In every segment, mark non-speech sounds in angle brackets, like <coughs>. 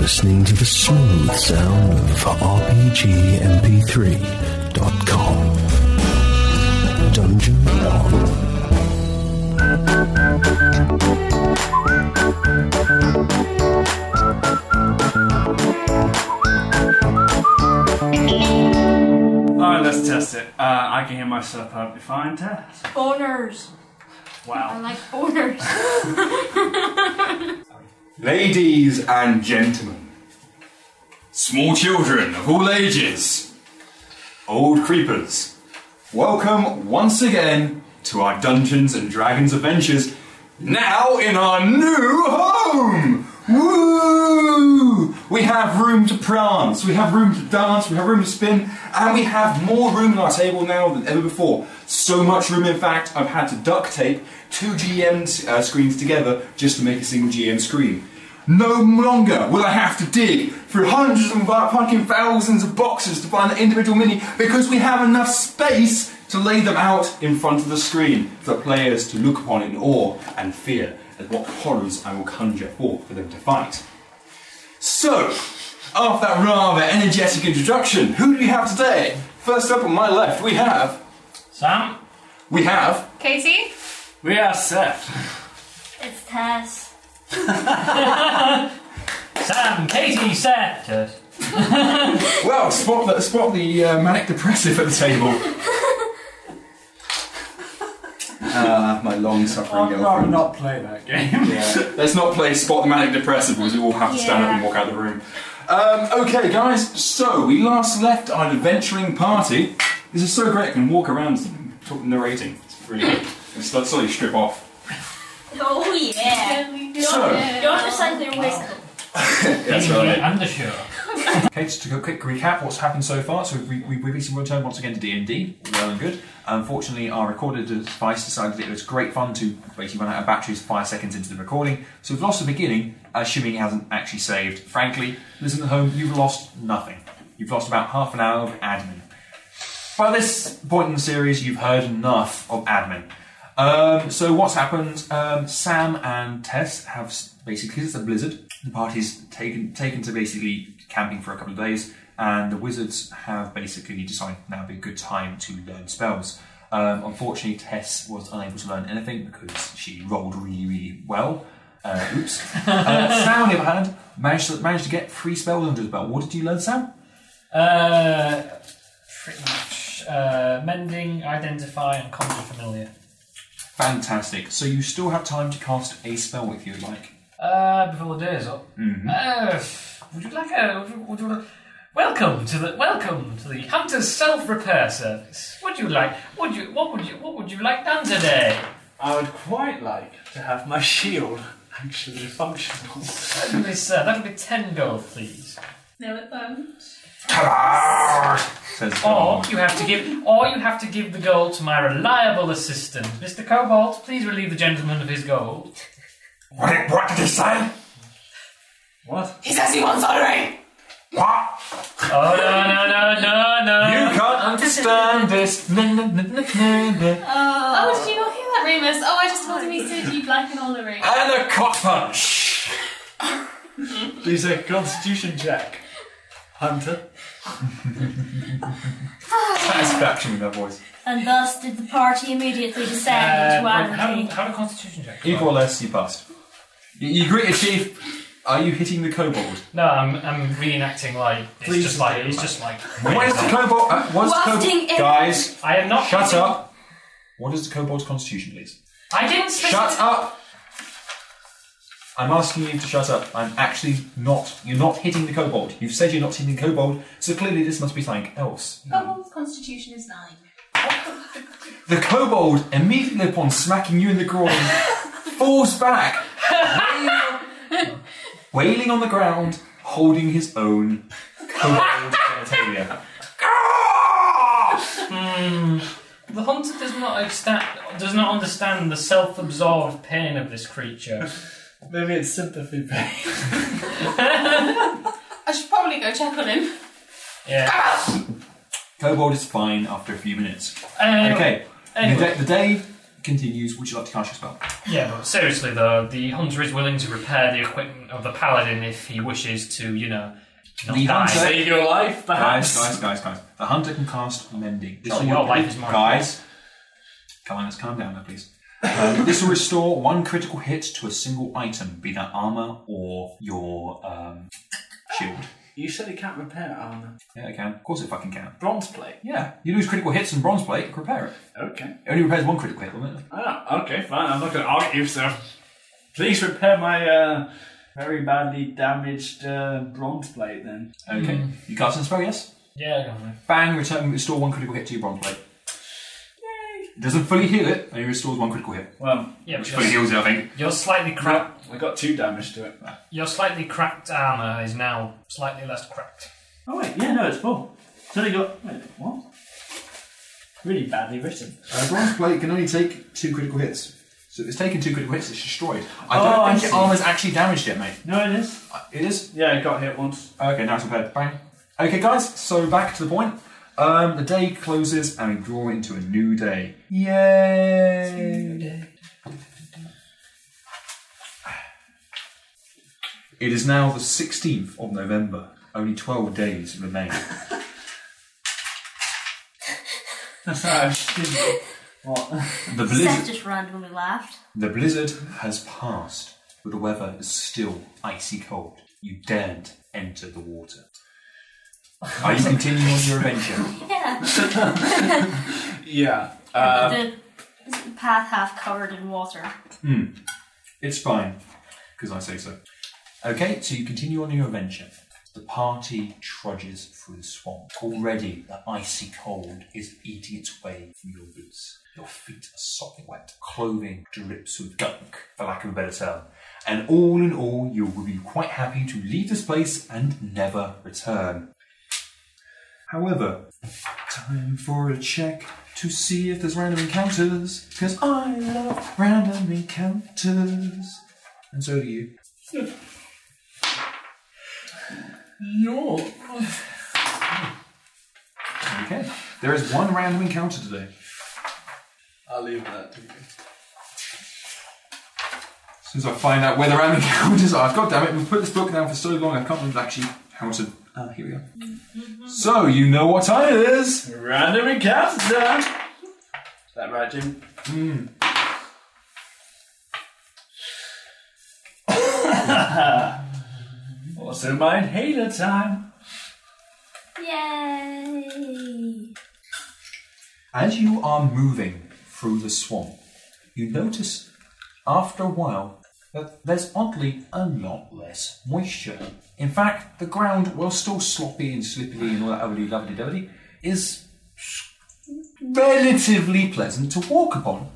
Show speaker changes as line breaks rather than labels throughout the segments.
listening to the smooth sound of RPGMP3.com. Dungeon One.
Alright, let's test it. Uh, I can hear myself perfectly fine, test.
Boners. I
Wow.
like boners. <laughs>
Ladies and gentlemen, small children of all ages, old creepers, welcome once again to our Dungeons and Dragons adventures, now in our new home! Woo! We have room to prance, we have room to dance, we have room to spin, and we have more room on our table now than ever before. So much room, in fact, I've had to duct tape two GM uh, screens together just to make a single GM screen. No longer will I have to dig through hundreds and fucking thousands of boxes to find the individual mini because we have enough space to lay them out in front of the screen for players to look upon in awe and fear at what horrors I will conjure forth for them to fight. So, after that rather energetic introduction, who do we have today? First up on my left, we have.
Sam?
We have.
Casey?
We are <laughs> Seth.
It's Tess.
Sam, Katie, Seth.
Well, spot the, spot the uh, manic depressive at the table. Ah, my long suffering
I'd rather
girlfriend.
not play that <laughs> game.
Yeah. Let's not play spot the manic depressive because we all have to stand up and walk out of the room. Um, okay, guys, so we last left our adventuring party. This is so great, I can walk around and talk narrating. It's really good. And start slowly strip off.
Oh yeah.
So,
Don't decide their waistcoat.
that's right.
And the show.
Okay, just to do a quick recap, what's happened so far. So we, we, we basically returned once again to D&D, well and good. Unfortunately, our recorded device decided it was great fun to basically run out of batteries five seconds into the recording. So we've lost the beginning, assuming it hasn't actually saved. Frankly, listen at home, you've lost nothing. You've lost about half an hour of admin. By this point in the series, you've heard enough of admin. Um, so what's happened? Um, Sam and Tess have s- basically 'cause it's a blizzard. The party's taken taken to basically camping for a couple of days, and the wizards have basically decided now would be a good time to learn spells. Um, unfortunately, Tess was unable to learn anything because she rolled really, really well. Uh, oops. uh, Sam, on the other hand, managed to, managed to get three spells under his belt. What did you learn, Sam?
Uh, pretty much. Uh, mending, identify, and conjure familiar.
Fantastic. So you still have time to cast a spell if you'd like.
Uh, before the day is up.
Mm-hmm.
Uh, would you like a? Would you, would you like, welcome to the welcome to the Hunter's Self Repair Service. Would you like? Would you? What would you? What would you like done today?
I would quite like to have my shield actually functional.
Certainly, sir. That'll be ten gold, please.
No, it won't.
Says
Or you have to give, or you have to give the gold to my reliable assistant, Mr. Cobalt. Please relieve the gentleman of his gold.
What, what did he say?
What?
He says he wants honorary!
What?
Oh no no no no Uh,
You
no!
can't understand this. Na, na, na, na, na, na.
Oh, did you not hear that, Remus? Oh, I just told him he said you'd like an honorary.
And a cock punch.
He's a constitution check. Hunter.
Satisfaction with that voice.
And thus did the party immediately descend
Uh,
into
right,
anarchy.
have, have a constitution check.
Equal or less, you passed. You, you greet a chief. Are you hitting the kobold?
No, I'm, I'm reenacting like it's
Please
just like
do.
it's just like.
What is the kobold? Uh, what is the
Wafting
kobold?
in.
Guys,
I am not.
shut up. What is the kobold's constitution, please?
I didn't. Specif-
Shut up. I'm asking you to shut up. I'm actually not. You're not hitting the kobold. You've said you're not hitting the kobold, so clearly this must be something else.
Cobol's constitution is nine.
The kobold, immediately upon smacking you in
<laughs>
the groin, falls back, wailing- wailing on the ground, holding his own kobold genitalia.
The hunter does not extend, does not understand the self-absorbed pain of this creature.
Maybe it's sympathy pain.
<laughs> I should probably go check on him.
Yeah.
Kobold is fine after a few minutes.
Um,
Okay, the
anyway.
day, the day continues, would you like to cast your spell?
Yeah, but seriously though, the hunter is willing to repair the equipment of the paladin if he wishes to, you know, not
The
die.
hunter-
Save your
Guys,
life, perhaps.
guys, guys, guys. The hunter can cast mending. This
Oh,
will-
your life is more
Guys, come on, let's calm down now, please. Um, this will restore one critical hit to a single item, be that armor or your um, shield.
You said it can't repair armor.
Yeah, it can. Of course, it fucking can.
Bronze plate.
Yeah, you lose critical hits and bronze plate, you can repair it.
Okay.
It only repairs one critical hit, doesn't it?
Ah, okay, fine. I'm not going to argue, so please repair my uh, very badly damaged uh, bronze plate then.
Okay.
Hmm.
You cast a spell, yes?
Yeah, I don't know.
Bang, return, restore one critical hit to your bronze plate. It doesn't fully heal it, only restores one critical hit.
Well,
Yeah, but
Fully
your,
heals it, I think.
your slightly cracked,
I got two damage to it.
your slightly cracked armor is now slightly less cracked.
Oh wait, yeah, no, it's full. So they got wait, what? Really badly written.
A Uh, bronze plate can only take two critical hits. So if it's taken two critical hits, it's destroyed. I don't
Oh, I
think
see.
your armor's actually damaged yet, mate.
No, it is.
It is?
Yeah, I got hit once. <laughs>
Okay, now it's repaired. Bang. Okay, guys, so back to the point. Um, the day closes and we draw into a new day. Yay! It is now the 16th of November. Only 12 days remain.
That's how I did. What? <laughs>
The
Seth
blizzard,
just randomly laughed.
the blizzard has passed, but the weather is still icy cold. You daren't enter the water. Are you continuing on your adventure?
Yeah.
Yeah. Uh,
the path half covered in water.
It's fine, because I say so. Okay, so you continue on your adventure. The party trudges through the swamp. Already, the icy cold is eating its way through your boots. Your feet are sopping wet. Clothing drips with gunk, for lack of a better term. And all in all, you will be quite happy to leave this place and never return. However, time for a check to see if there's random encounters, because I love random encounters. And so do you.
No.
Okay. There is one random encounter today.
I'll leave that to you.
As soon as I find out where the random <laughs> encounters are, God damn it, we've put this book down for so long, I can't remember actually how to. Ah, here we go. So, you know what time it is!
Random encounter. Is that right, Jim? Hmm. <laughs> also my inhaler time.
Yay!
As you are moving through the swamp, you notice after a while that there's oddly a lot less moisture. In fact, the ground, while still sloppy and slippery and all that lovely, lovely, lovely, is relatively pleasant to walk upon.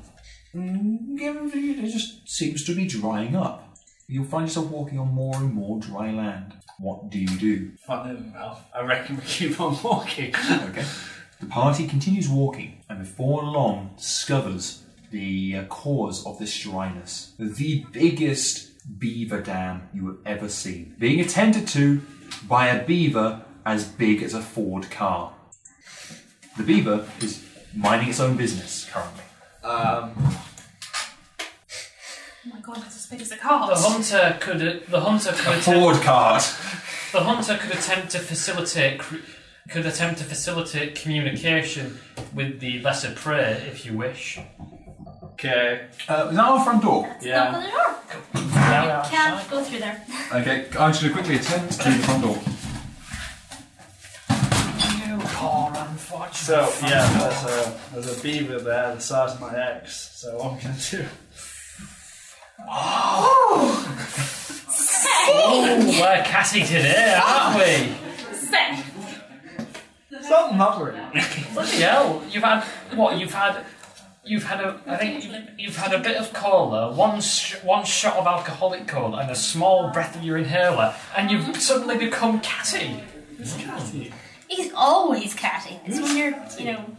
It just seems to be drying up. You'll find yourself walking on more and more dry land. What do you do?
Fuck them, Ralph. I reckon we keep on walking.
Okay. The party continues walking and before long discovers the uh, cause of this dryness. The biggest beaver dam you have ever seen. Being attended to by a beaver as big as a Ford car. The beaver is minding its own business currently. Um,
Oh my god, it's as big as a
The
car.
hunter could. The hunter could. Attempt,
<laughs> Ford cart!
the hunter could attempt to facilitate. cr- Could attempt to facilitate communication with the lesser prey, if you wish.
Okay.
Uh, is that our front door?
That's
Yeah.
not the door.
Now,
Can't go through <laughs> there.
Okay, I'm just going to quickly attempt to the front door.
You are unfortunate.
So yeah, there's a there's a beaver there the size of my ex. So what I'm gonna do?
Oh, we're catty today, aren't we?
Seth,
Stop muttering.
Bloody hell! You've had what? You've had. You've had a. I think you've, you've had a bit of cola, one sh- one shot of alcoholic cola, and a small breath of your inhaler, and you've suddenly become catty.
He's always catty. It's when you're, you know,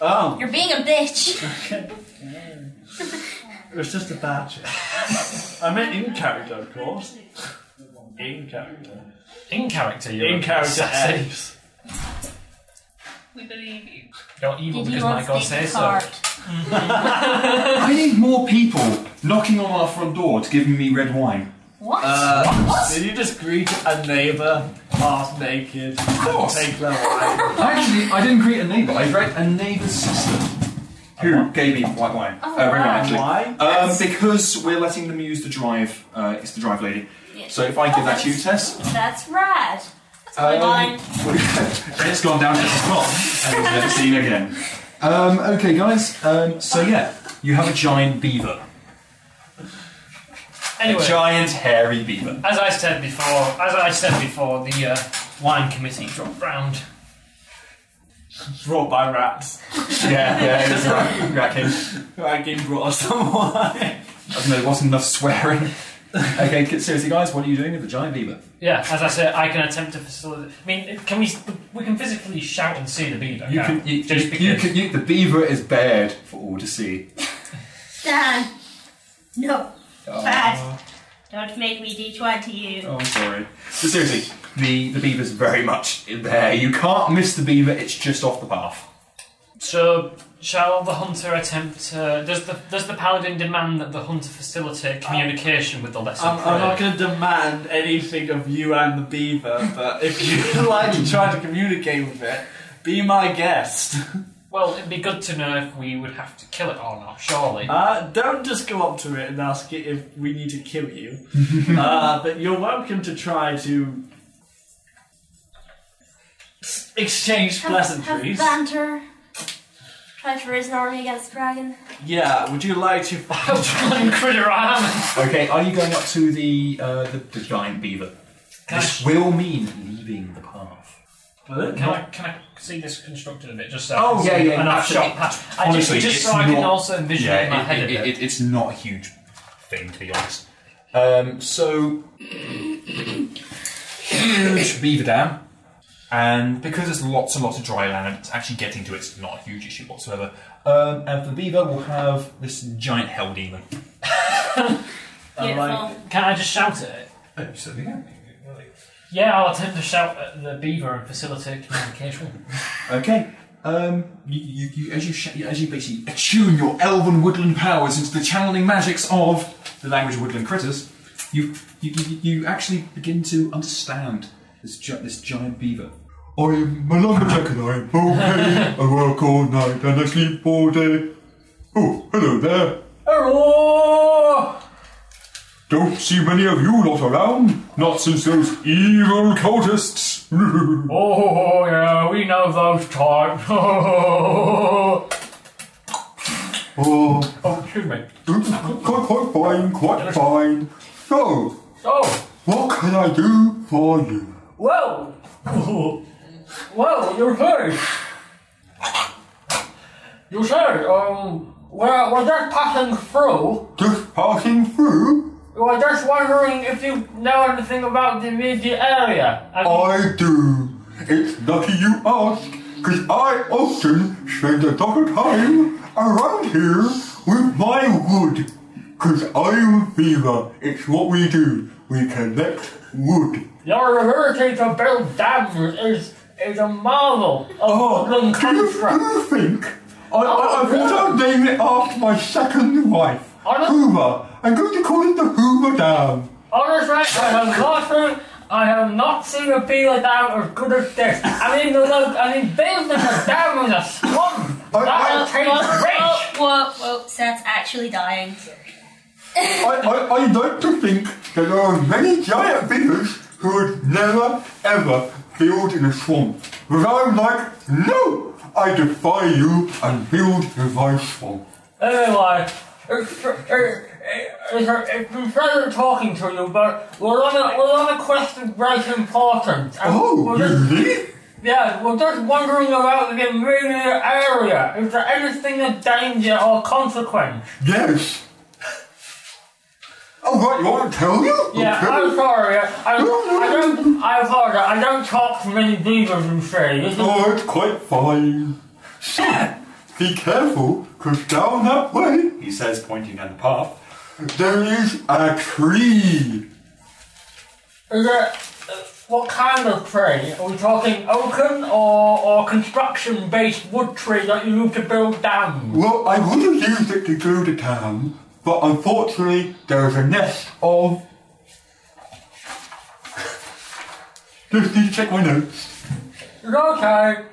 Oh,
you're being a bitch.
it was just a badge. I meant in character, of course. In character.
In character, you're
In
a
character
sassy.
apes.
We believe you.
You're evil
Did
because
you
my
all
god
speak
says so.
heart?
<laughs> I need more people knocking on our front door to give me red wine.
What?
Uh, did you just greet a neighbour half naked? Of
course.
Take their wine.
Actually, I didn't greet a neighbour. I greet a neighbour's sister who gave me white wine. uh, red wine,
Oh, wow.
actually.
Why?
Um, because we're letting them use the drive. Uh, it's the drive lady. <laughs> So if I give that to you, Tess,
That's rad. That's
Um,
my line.
it's gone down to the spot and it's never seen again. Um, okay, guys. Um, so yeah, you have a giant beaver,
Anyway,
a giant hairy beaver.
as I said before, as I said before, the uh, wine committee dropped round.
Brought by rats.
Yeah, yeah, it's right. Cracking.
Dragon brought us some wine.
I don't know, there wasn't enough swearing. okay, seriously, guys, what are you doing with the giant beaver?
Yeah, as I said, I can attempt to facilitate. I mean, can we? We can physically shout and see the beaver.
You
can't
can, you,
we? just
you-
because.
you can, you, the beaver is bared for all to see.
Dan. No. Bad. Don't make me do one to you.
Oh, I'm sorry. But seriously, the, the beaver's very much in there. You can't miss the beaver, it's just off the path.
So, shall the hunter attempt? Uh, does the does the paladin demand that the hunter facilitate communication with the lesser
I'm, I'm not
prey?
going to demand anything of you and the beaver, but if you <laughs> like to try to communicate with it, be my guest.
Well, it'd be good to know if we would have to kill it or not. <laughs> Surely.
Uh, don't just go up to it and ask it if we need to kill you. uh, but you're welcome to try to s- exchange
Have, have
pleasantries.
banter. Try to raise an army against the dragon.
Yeah, would you like to <laughs> fight?
Bloody critter I am.
Okay, are you going up to the uh, the, the giant beaver? This will mean leaving the path.
Can I can I see this constructed a bit just so?
Oh,
I can
yeah,
see
yeah,
an
yeah,
actual
sure.
patch? I
Honestly,
just,
it's
just so I can
not-
also envision it in my head a bit.
it's not a huge thing, to be honest. Um, so, huge beaver dam, and because it's lots and lots of dry land, it's actually getting to it's not a huge issue whatsoever. Um, and for the beaver, we'll have this giant hell demon. Oh,
Beautiful.
Can I just shout at it?
Absolutely.
Yeah, I'll attempt to shout at the beaver and facilitate
<laughs>
communication.
Okay. Um, you, you, you, as you sh- as you basically attune your elven woodland powers into the channeling magics of the language of woodland critters, you you, you, you actually begin to understand this gi- this giant beaver.
I am a lumberjack and I am okay. I work all night and I sleep all day. Oh, hello there.
Hello!
Don't see many of you lot around. Not since those evil cultists. <laughs>
oh yeah, we know those types. <laughs> oh,
oh,
excuse me.
quite, quite fine, quite fine. So,
Oh.
what can I do for you?
Well, <laughs> well, you say, you say, um, we're, we're just passing through.
Just passing through?
We're just wondering if you know anything about the immediate area. I mean,
I do. It's lucky you ask, 'cause I often spend a lot of time around here with my wood. 'Cause I'm a beaver. It's what we do. We collect wood.
your ability to build dams is is a marvel of
Oh.
woodland
do you, do
construct.
you think? I, I, I thought I'd name it after my second wife,
Honest-
Hoover. I'm going to call it the Hoover Dam.
Honestly, I have not seen, I have not seen a beaver dam as good as this. I mean, the, lo- I mean, building a dam in a swamp.
I- I-
That takes rich.
Whoa, whoa, whoa. Seth's actually dying.
I, I, I like to think that there are many giant beavers who would never ever build in a swamp. But I'm like, no! I defy you and build in my swamp.
Anyway, it's, it, it, it's, it's been pleasure talking to you, but we're on a, we're on a quest of great importance. And
Oh,
we're just,
really?
yeah, we're just wondering about the immediate area. Is there anything of danger or consequence?
Yes. Oh, right, you want to tell you?
Yeah, I'm
Okay.
sorry. I, I, I don't. I apologize. I don't talk to many beavers and things.
Oh, it's quite fine. So, be careful, because down that way,
He says, pointing down the path.
there is a tree.
Is it? What kind of tree? Are we talking oaken or, or construction based wood tree that you use to build dams?
Well, I would have used it to glue the dam, but unfortunately, there is a nest of. Just need to check my notes.
Okay.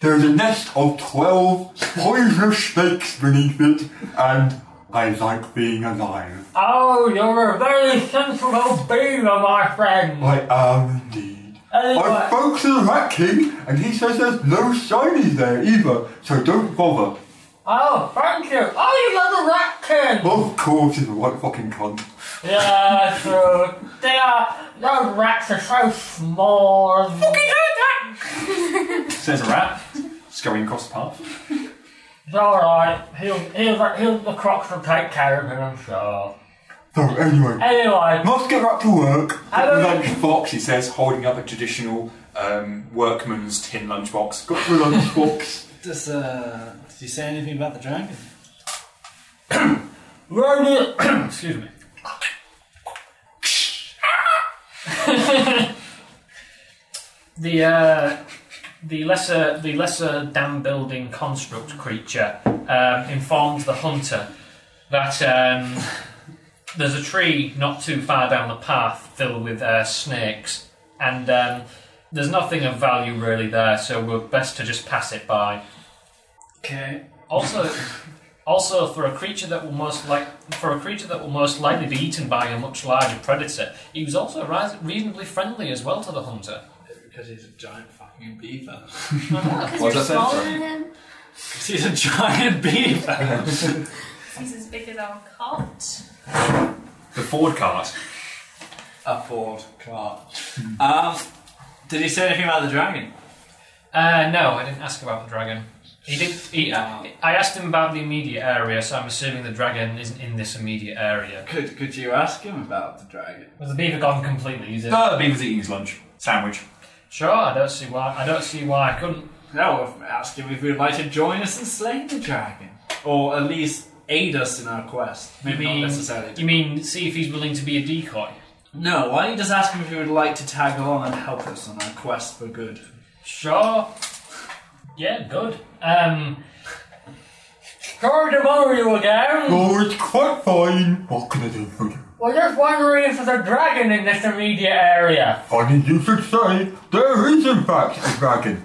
There is a nest of 12 poisonous snakes beneath it, and I like being alive.
Oh, you're a very sensible beaver, my friend.
I am indeed. I
Anyway,
spoke to the Rat King, and he says there's no shinies there either, so don't bother.
oh, thank you. Oh, you little rat kid.
Of course, he's a white fucking cunt.
Yeah, true. They are. Those rats are so small.
Says a rat, scurrying across the path.
It's alright. He'll, he'll, he'll, the crocs will take care of him, I'm sure.
So, anyway,
Anyway,
must get back to work.
hello.
Lunch box, he says, holding up a traditional um, workman's tin lunchbox. Got-
Got the lunchbox. <laughs>
Does, uh, did you say anything about the
<coughs>
dragon?
Ready?
Excuse me.
<laughs> The uh, the lesser the lesser dam building construct creature um, informs the hunter that um, there's a tree not too far down the path filled with uh, snakes, and um, there's nothing of value really there, so we're best to just pass it by.
Okay.
Also, also for a creature that will most like for a creature that will most likely be eaten by a much larger predator, he was also ri- reasonably friendly as well to the hunter.
Because he's a giant fucking beaver.
What's
Because you're
that sound?
smaller than him.
Because he's a giant beaver.
He's as big as our cot.
The Ford cart.
A Ford
<laughs>
car. um, did he say anything about the dragon?
Uh, no, I didn't ask about the dragon. He did. He, uh, I asked him about the immediate area, so I'm assuming the dragon isn't in this immediate area.
Could could you ask him about the dragon?
Was the beaver gone completely? Is it?
No, the beaver's eating his lunch. Sandwich.
Sure. I don't see why. I don't see why I couldn't.
No, ask him if he'd like to join us in slaying the dragon, or at least aid us in our quest. Maybe
you
not
mean,
necessarily.
You mean see if he's willing to be a decoy?
No, why don't you just ask him if he would like to tag along and help us on our quest for good?
Sure. Yeah. Good. Um. Sorry to bother you again.
Oh, it's quite fine. What can I do for you?
We're just wondering if there's a dragon in this immediate area.
Funny you should say, there is in fact a dragon.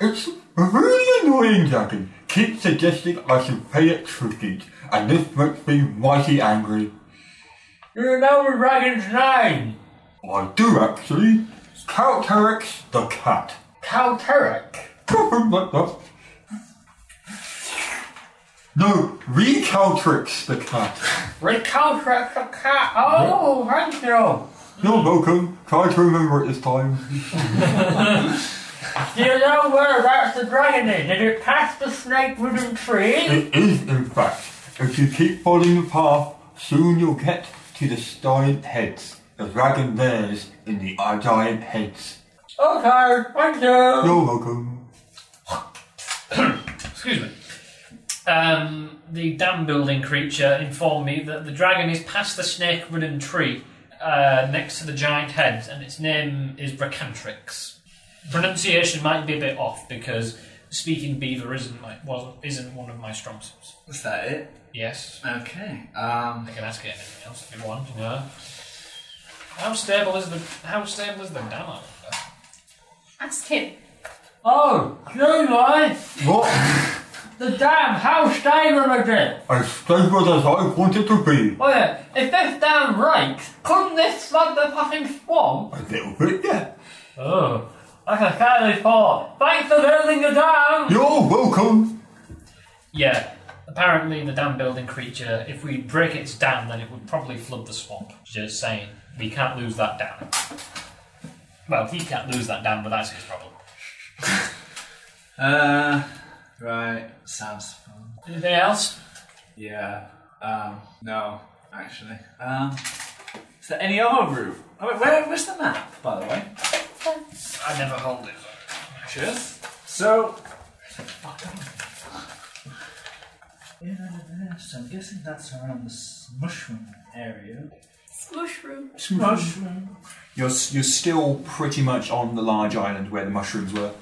It's a really annoying dragon. Keeps suggesting I should pay it tribute, and this makes me mighty angry.
Do you know the dragon's name?
I do actually. Calterex the cat. <laughs>
Calteric.
Something like that. No, Recaltrix the cat.
Recalcitrant cat. Oh, thank you.
You're welcome. Try to remember it this time.
Do you know whereabouts the dragon is? Did it pass the snake wooden tree?
It is, in fact. If you keep following the path, soon you'll get to the giant heads. The dragon bears in the giant heads.
Okay, thank you.
You're welcome.
Excuse me. Um, the dam building creature informed me that the dragon is past the snake wooden tree uh, next to the giant head, and its name is Bracantrix. Pronunciation might be a bit off because speaking beaver isn't my, was isn't one of my strong suits.
Is that it?
Yes.
Okay. Um,
I can ask it anything else if you want. No. How stable is the how stable is the dam? I wonder?
Ask him.
Oh, July,
What?
the dam. How stable is it?
As stable as I want it to be.
Oh yeah. If this dam breaks, couldn't this flood the fucking swamp?
A little bit, yeah.
Oh, like a fairly thought. Thanks for building the dam.
You're welcome.
Yeah. Apparently, the dam building creature, if we break its dam, then it would probably flood the swamp. Just saying, we can't lose that dam. Well, he can't lose that dam, but that's his problem.
uh, right. Sounds fun.
Anything else?
Yeah. Um, no, actually. Um, is there any other route? Oh, wait, where, where's the map, by the way?
I never hold it.
Cheers. So. Yeah, so I'm guessing that's around the mushroom area.
Mushroom.
You're, s- you're still pretty much on the large island where the mushrooms were.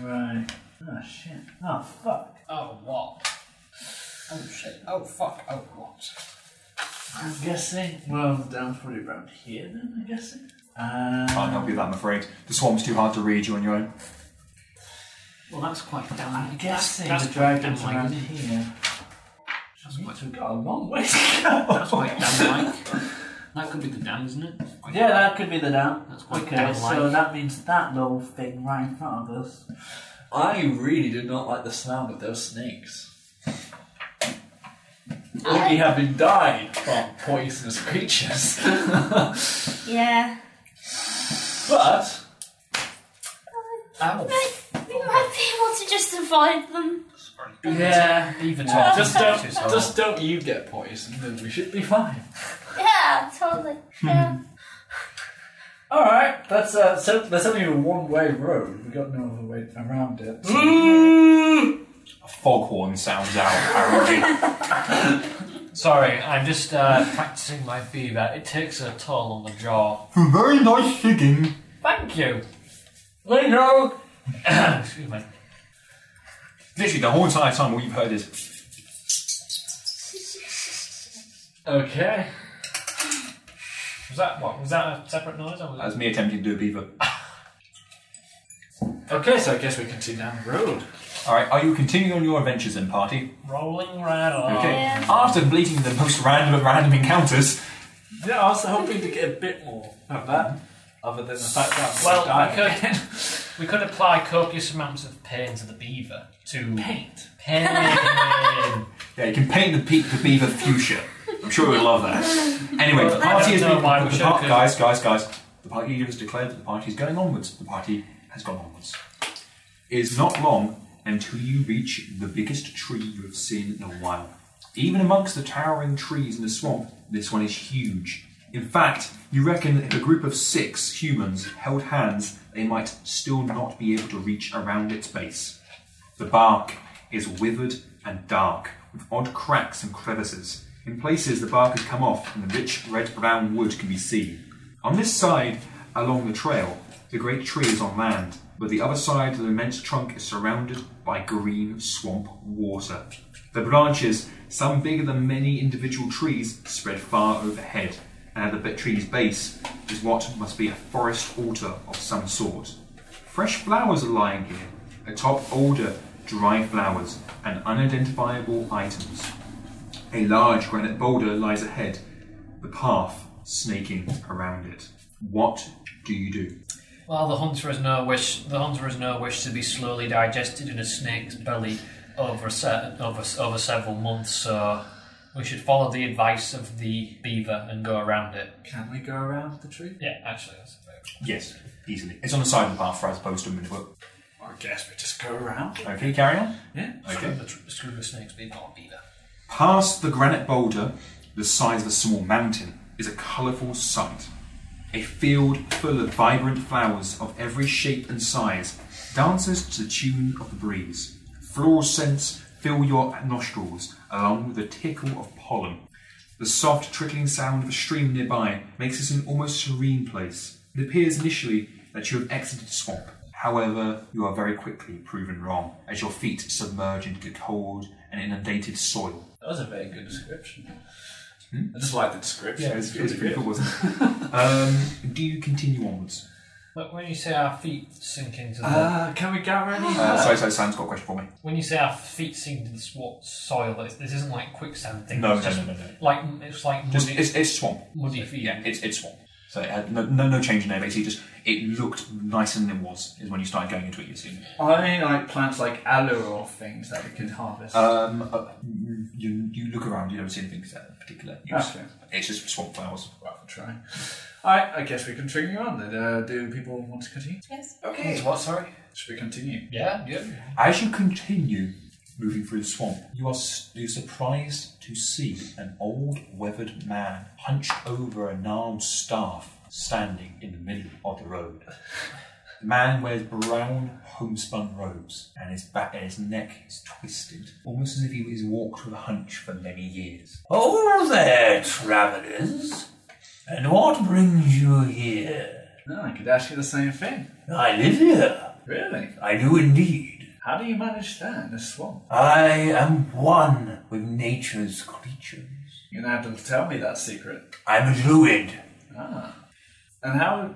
Right. Oh shit. Oh fuck.
Oh, what? Oh, shit. Oh, fuck. Oh, what?
I'm guessing. Well, down's probably around here then. I'm guessing.
Can't
Uh,
help you with that, I'm afraid. The swamp's too hard to read you on your own.
Well, that's quite damn.
I'm guessing
that's
the dragon's
quite
around
damn like.
here.
That's quite,
We've got a long way to go.
that's quite damn like. <laughs> That could be the dam, isn't it?
Yeah, that could be the dam.
That's quite
okay,
dam-like.
so that means that little thing right in front of us.
I really did not like the sound of those snakes. We
I-
have been died from poisonous creatures. <laughs>
yeah.
but
I, we might be able to just survive them.
yeah,
Even top.
just
uh,
don't, just don't you get poisoned, and we should be fine.
Yeah, totally.
Hmm.
Yeah.
All right, that's uh, so there's only a one-way road. We got no other way around it. Mm.
A foghorn sounds out, apparently.
Sorry, I'm just uh, practicing my fever. It takes a toll on the jaw.
Very nice singing.
Thank you. Let go. Excuse me.
Literally, the whole entire time, all you've heard is.
Okay.
Was that what? Was that a separate noise? Or was
That's me attempting to do a beaver.
Okay, so I guess we continue down the road.
Alright, are you continuing on your adventures then, party?
it rolling right along?
Okay. After bleeding the most random of random encounters,
Yeah, I was hoping to get a bit more of that, other than the fact that I'm
Well,
dying.
we could, we could apply copious amounts of pain to the beaver to
Paint.
pain.
yeah, you can paint the, pe- the beaver fuchsia. I'm sure you'll love that. Anyway, the
I don't
party is
know
been-
why
the
we
par-
should, 'cause-
guys, guys, guys. The party leader has declared that the party is going onwards. The party has gone onwards. It is not long until you reach the biggest tree you have seen in a while. Even amongst the towering trees in the swamp, this one is huge. In fact, you reckon if a group of six humans held hands, they might still not be able to reach around its base. The bark is withered and dark, with odd cracks and crevices. In places, the bark has come off and the rich red brown wood can be seen. On this side, along the trail, the great tree is on land, but the other side of the immense trunk is surrounded by green swamp water. The branches, some bigger than many individual trees, spread far overhead, and at the bit- tree's base is what must be a forest altar of some sort. Fresh flowers are lying here, atop older, dry flowers and unidentifiable items. A large granite boulder lies ahead, the path snaking around it. What do you do?
Well, the hunter has no wish. The hunter has no wish to be slowly digested in a snake's belly over se- over over several months. So we should follow the advice of the beaver and go around it.
Can we go around the tree?
Yeah, actually, that's a very
Yes, easily. It's on the side of the path as opposed to a minute.
I guess we just go around.
Okay, carry on.
Yeah.
Okay.
The tr- screw the snakes, but not a beaver.
Past the granite boulder, the size of a small mountain, is a colourful sight. A field full of vibrant flowers of every shape and size dances to the tune of the breeze. Floral scents fill your nostrils, along with the tickle of pollen. The soft trickling sound of a stream nearby makes this an almost serene place. It appears initially that you have exited the swamp. However, you are very quickly proven wrong as your feet submerge into cold and inundated soil.
That was a very good description. I just like the description.
Yeah, it's, it's pretty cool, wasn't it? um, do you continue onwards?
But when you say our feet sink into the
<laughs> Uh, can we gather any?
Uh, sorry, sorry, Sam's got a question for me.
when you say our feet sink into the swa- soil, this, this isn't like quicksand thing.
No,
it's
no,
just
no, no, no.
Like it's like muddy,
Just, it's, it's swamp.
muddy feet.
Yeah, it's, it's swamp. So it had no, no, no change in there, basically. Just it looked nicer than it was, is when you started going into it, you see.
Are there any like plants like aloe or things that we can harvest?
Um, uh, you- you, you look around, you don't see anything of particular use.
Okay.
It's just swamp flowers.
Well, I'll try. Alright, I guess we continue on then. Uh, do people want to continue?
Yes.
Okay.
What? Sorry.
Should we continue?
Yeah. Yeah.
As you continue moving through the swamp, you are s- you're surprised to see an old, weathered man hunched over a gnarled staff standing in the middle of the road. The man wears brown homespun robes, and his back and his neck is twisted, almost as if he was walked with a hunch for many years.
Oh there, travellers. And what brings you here?
No, I could ask you the same thing.
I live here.
Really?
I do indeed.
How do you manage that in the swamp?
I am one with nature's creatures.
You're gonna have to tell me that secret. Ah.
I'm a druid.
And how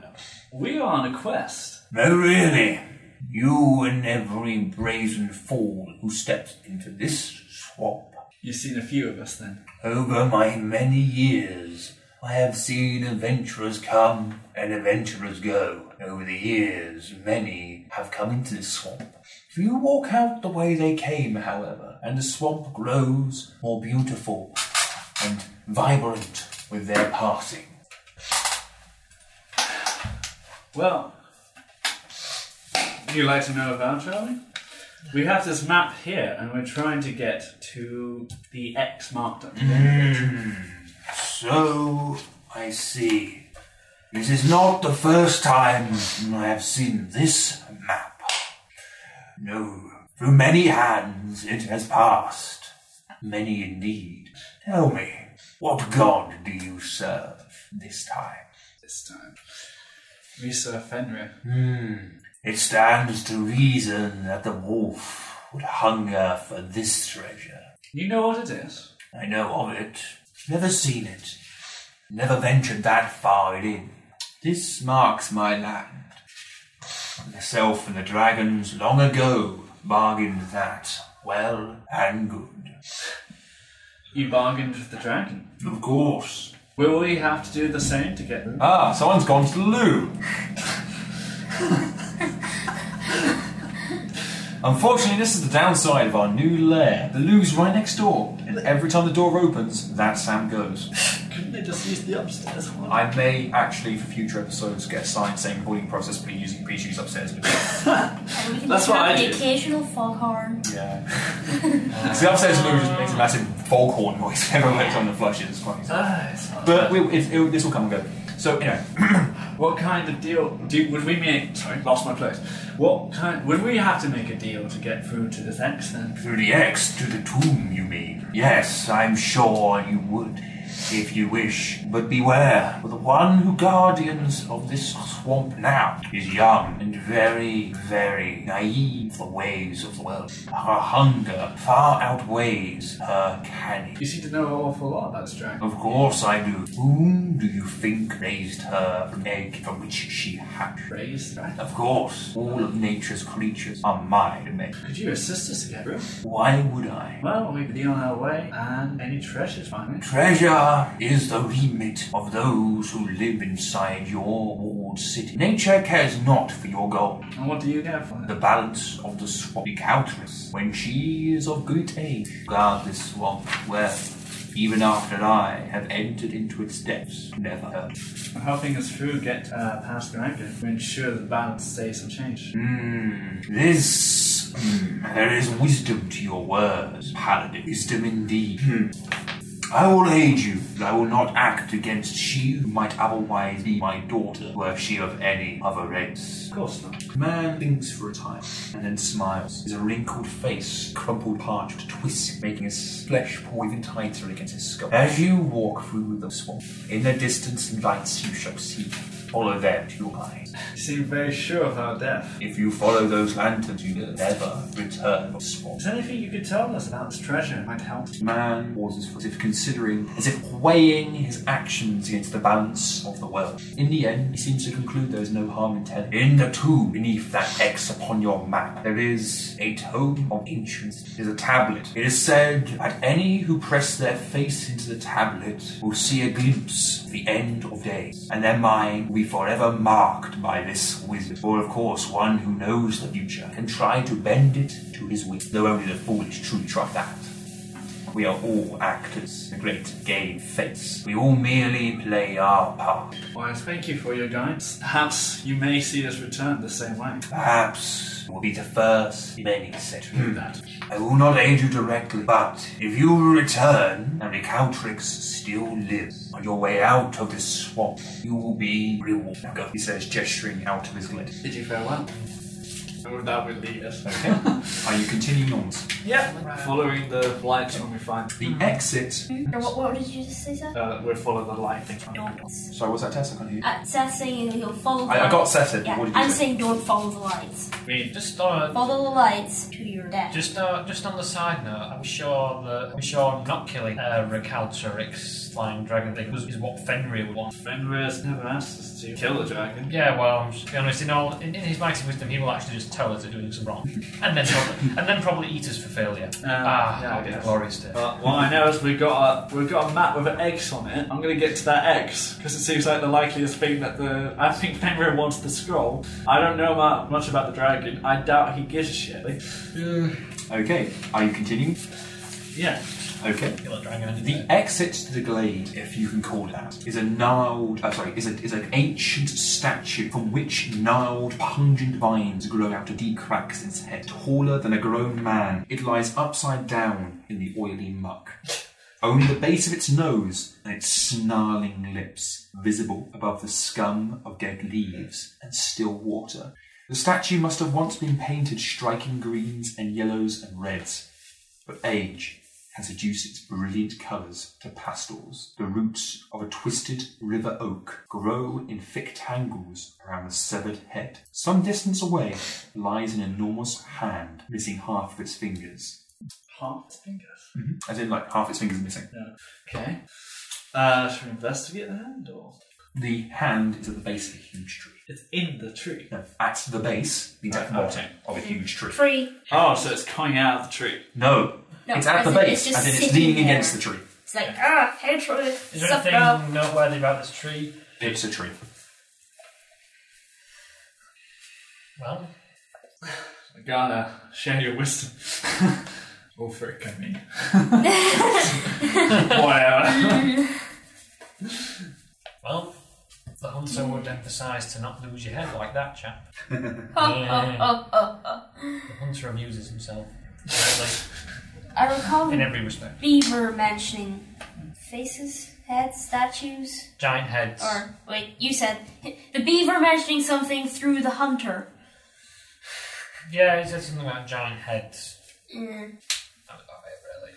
we are on a quest.
No, really. You and every brazen fool who steps into this swamp
You've seen a few of us then.
Over my many years, I have seen adventurers come and adventurers go. Over the years, many have come into this swamp.
If you walk out the way they came, however, and the swamp grows more beautiful and vibrant with their passing.
Well, you like to know about Charlie? We have this map here, and we're trying to get to the X marked up.
So I see. This is not the first time I have seen this map. No, through many hands it has passed. Many indeed. Tell me, what god do you serve this time?
this time. We saw Fenrir.
Hmm. It stands to reason that the wolf would hunger for this treasure.
You know what it is?
I know of it. Never seen it. Never ventured that far in. This marks my land. Myself and the dragons long ago bargained that well and good.
You bargained with the dragon.
Of course.
Will we have to do the same to get them?
Ah, someone's gone to the loo. Unfortunately, this is the downside of our new lair. The loo's right next door, and every time the door opens, that Sam goes.
Couldn't they just use the upstairs one?
I may actually, for future episodes, get a sign saying recording process, please using please use upstairs.
And we can
That's what
have
I
the
did.
occasional foghorn.
<laughs> Yeah. so the upstairs loo just makes a massive foghorn noise <laughs> every time the flushes. It's quite easy.
Ah, it's not
But we, it, it, this will come and go. So anyway,
What kind of deal do, would we make? Sorry, lost my place. What kind would we have to make a deal to get through to this X then?
Through the X to the tomb, you mean? Yes, I'm sure you would, if you wish. But beware, for the one who guardians of this swamp now is young and very, very naive for ways of the world. Her hunger far outweighs her
You
cunning.
seem to know an awful lot about this dragon.
Of course I do. Whom do you think raised her from egg from which she hatched?
Raised dragon.
Of course, all of nature's creatures are mine to make.
Could you assist us to get through?
Why would I?
Well, we'd be on our way, and any treasures might be.
Treasure is the remit of those who live inside your walled city. Nature cares not for your gold.
And what do you get for
The
it?
balance of the swamp be countless when she is of good age. Guard this swamp well, even after I have entered into its depths. Never. heard.
Helping us through get uh, past Dragon to ensure the balance stays unchanged.
Hmm, This. hmm, there is wisdom to your words, Paladin. Wisdom indeed. Hmm. I will aid you, but I will not act against she who might otherwise be my daughter, were she of any other race.
Of course not.
man thinks for a time and then smiles. His wrinkled face, crumpled parchment, twists, making his flesh pull even tighter against his skull. As you walk through the swamp, in the distance lights you shall see.
Follow them to your eyes.
You seem very sure of our death.
If you follow those lanterns, you will never return to the spot.
Is there anything you could tell us about this treasure that might help?
Man pauses for- as if considering, as if weighing his actions against the balance of the world. In the end, he seems to conclude there is no harm in telling.
In the tomb beneath that X upon your map, there is a tome of ancients. It is a tablet. It is said that any who press their face into the tablet will see a glimpse of the end of days, and their mind will be forever marked by this wisdom. For of course, one who knows the future can try to bend it to his will, though only the foolish truly try that. We are all actors in the great game face. We all merely play our part.
Why, thank you for your guidance. Perhaps you may see us return the same way.
Perhaps it will be the first in many set to do
That.
I will not aid you directly, but if you return and Recountrix still lives, on your way out of this swamp, you will be rewarded.
He says, gesturing out of his lid.
Did you fare well?
where that would lead us.
Are you continuing on?
yeah. Following the lights when we find
The
Mm-hmm.
exit.
What, what did you just say, sir?
Uh, we follow the lighting.
Don't.
Sorry, what's that test? I can't hear you.
Uh, Seth's saying you'll follow the
I, I got
lights.
set it.
Yeah,
What did you
I'm
say?
saying don't follow the lights.
I mean, just uh, on a,
Follow the lights to your death.
just uh, just on the side note, I'm sure that I'm sure I'm not killing uh, Recaltrix flying dragon thing was, is what Fenrir would want.
Fenrir's never asked us to kill the dragon.
Yeah, well, to be honest, in all in, in his mighty wisdom, he will actually just tell us we're doing some wrong, and then probably, and then probably eat us for failure. ah,
Uh, yeah, I
that would be a
guess.
glorious day.
But what I know is we've got a we've got a map with an X on it. I'm going to get to that X because it seems like the likeliest thing that the I think Fenrir wants the scroll. I don't know mu- much about the dragon. I doubt he gives a shit.
Okay. Are you continuing?
Yeah,
Okay.
Kill a dragon. and
The exit to the glade, if you can call it that, is a gnarled, uh, sorry, is, a, is an ancient statue from which gnarled, pungent vines grow out of deep cracks in its head. Taller than a grown man, it lies upside down in the oily muck. <laughs> Only the base of its nose and its snarling lips visible above the scum of dead leaves and still water. The statue must have once been painted striking greens and yellows and reds, but age has reduced its brilliant colours to pastels. The roots of a twisted river oak grow in thick tangles around the severed head. Some distance away lies an enormous hand, missing half of its fingers.
half its fingers. Mm-hmm.
As in, like, half its fingers missing.
Okay. Uh, should we investigate the hand or
The hand is at the base of a huge tree.
it's in the tree?
No, at the base, the exact
Right,
bottom
okay.
of a huge tree.
Free.
Oh, so it's coming out of the tree.
No,
No,
it's
as
at the
in it's
base,
just
as in it's
sitting
leaning
there.
against the tree.
It's like, ah, hey, Troy,
Is there
sup,
anything
bro?
noteworthy about this tree?
It's a tree.
<laughs>
Well,
I gotta share your wisdom. <laughs> All three can me. Whatever.
<laughs> well, the hunter would emphasise to not lose your head like that, chap.
Oh, oh, oh, oh, oh.
The hunter amuses
<laughs>
himself greatly
I recall
in every respect.
Beaver mentioning faces, heads, statues,
Giant heads.
or wait, you said <laughs> the beaver mentioning something through the hunter.
Yeah, he said something about giant heads.
Mm,
That was about it, really.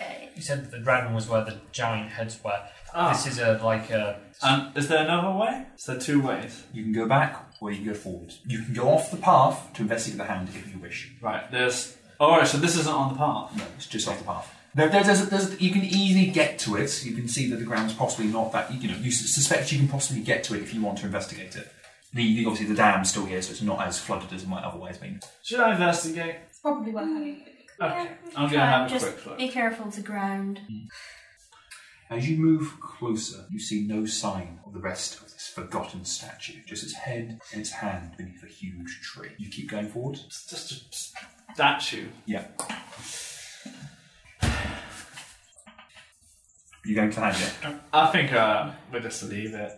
okay.
He said that the dragon was where the giant heads were.
Ah.
This is a like a.
Um, is there another way? Is there two ways?
You can go back or you can go forward. You can go off the path to investigate the hand if you wish.
Right, there's. Alright, so this isn't on the path.
No, it's just off the path. There, there, there's, there's, you can easily get to it. You can see that the ground's possibly not that. You know, you sus- suspect you can possibly get to it if you want to investigate it. The, the- obviously the dam's still here, so it's not as flooded as it might otherwise be.
Should I investigate?
It's probably worth having.
Okay,
Try,
I'm gonna have a
just
quick look.
Be careful of the ground.
As you move closer, you see no sign of the rest of this forgotten statue. Just its head and its hand beneath a huge tree. You keep going forward.
It's just a statue.
Yeah. You going to the hand yet?
I think uh, we'll just leave it.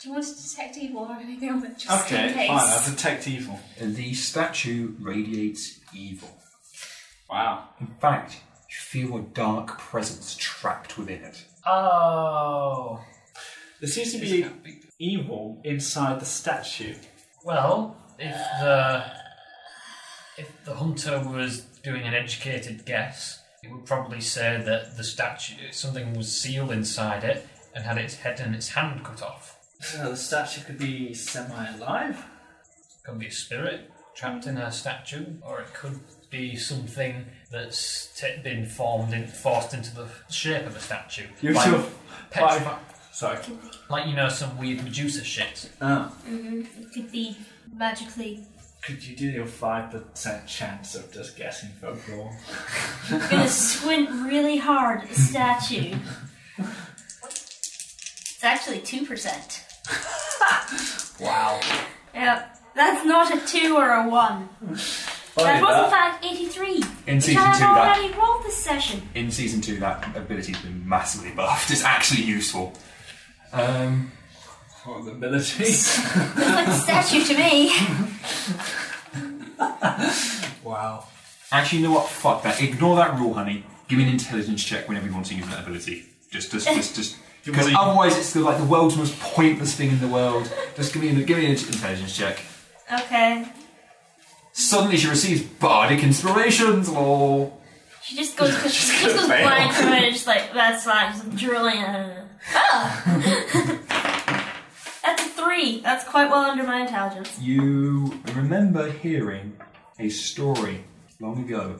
Do you want to detect evil or anything on it? Just in
Okay,
case.
fine, I'll detect evil.
The statue radiates evil.
Wow.
In fact, you feel a dark presence trapped within it.
Oh.
There seems to be evil inside the statue.
Well, if the if the hunter was doing an educated guess, he would probably say that the statue something was sealed inside it and had its head and its hand cut off.
So the statue could be semi alive?
Could be a spirit trapped in a statue, or it could be something that's t- been formed in, forced into the shape of a statue.
You
like,
sure?
petri-
Sorry.
like you know some weird Medusa
<laughs>
shit.
Oh.
It could be magically.
Could you do your five percent chance of just guessing folk lore?
You're gonna squint really hard at the statue. it's actually two percent.
<laughs> Wow.
Yep. That's not a two or a one. That was in fact eighty-three.
In
which
season
I have
two, that-
already rolled this session.
In season two, that ability's been massively buffed. It's actually useful. Um,
Oh, the military.
Looks like a statue to me.
<laughs> wow.
actually, you know what? Fuck that. Ignore that rule, honey. Give me an intelligence check whenever you want to use that ability. Just, just, just, <laughs> just. Because otherwise, it's the, like the world's most pointless thing in the world. Just give me, an, give me an intelligence check.
Okay.
Suddenly she receives bardic inspirations. Lol.
She just goes, she just goes blind for a minute, just like, that's fine, just drooling. uh, Oh! <laughs> that's a three. That's quite well under my intelligence.
You remember hearing a story long ago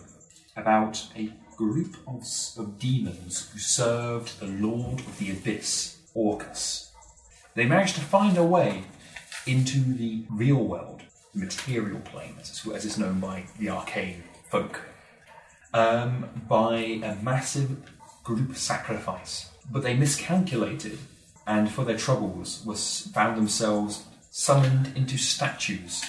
about a group of, s- of demons who served the Lord of the Abyss, Orcus. They managed to find a way into the real world, the material plane, as it's, as it's known by the arcane folk, um, by a massive group sacrifice. But they miscalculated, and for their troubles, was found themselves summoned into statues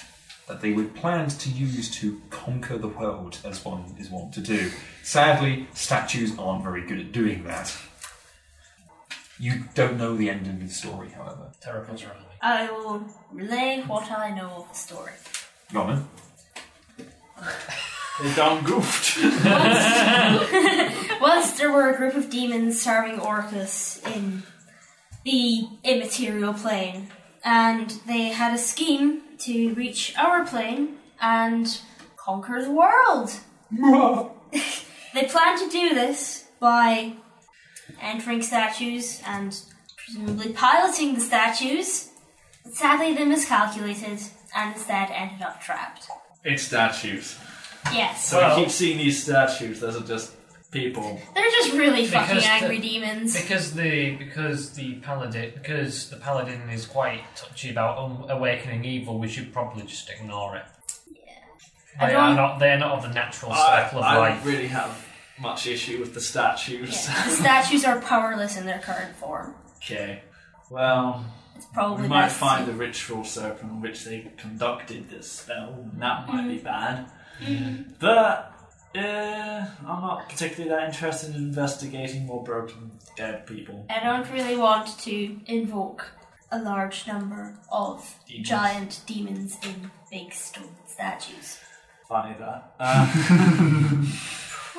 that they would planned to use to conquer the world, as one is wont to do. Sadly, statues aren't very good at doing that. You don't know the end of the story, however.
Terrible's right.
I will relay what I know of the story.
Norman,
They done goofed.
Once there were a group of demons serving Orcus in the immaterial plane, and they had a scheme to reach our plane and conquer
<laughs>
the world. they planned to do this by entering statues and presumably piloting the statues, but sadly they miscalculated and instead ended up trapped.
It's statues.
Yes.
So we keep seeing these statues. Those are just people.
They're just really fucking
Because the-
angry demons.
Because the because the paladin because the paladin is quite touchy about um, awakening evil, we should probably just ignore it.
I
They
don't-
are not they are not of the natural
I,
cycle of
I
life.
don't really have much issue with the statues.
Yeah,
<laughs>
the statues are powerless in their current form.
Okay. Well,
It's probably
we might
best-
find Oh, the ritual serpent on which they conducted this spell, and that might be bad. Mm. But uh, I'm not particularly that interested in investigating more broken dead people.
I don't really want to invoke a large number of
Demons.
giant demons in big stone statues.
Funny that. <laughs>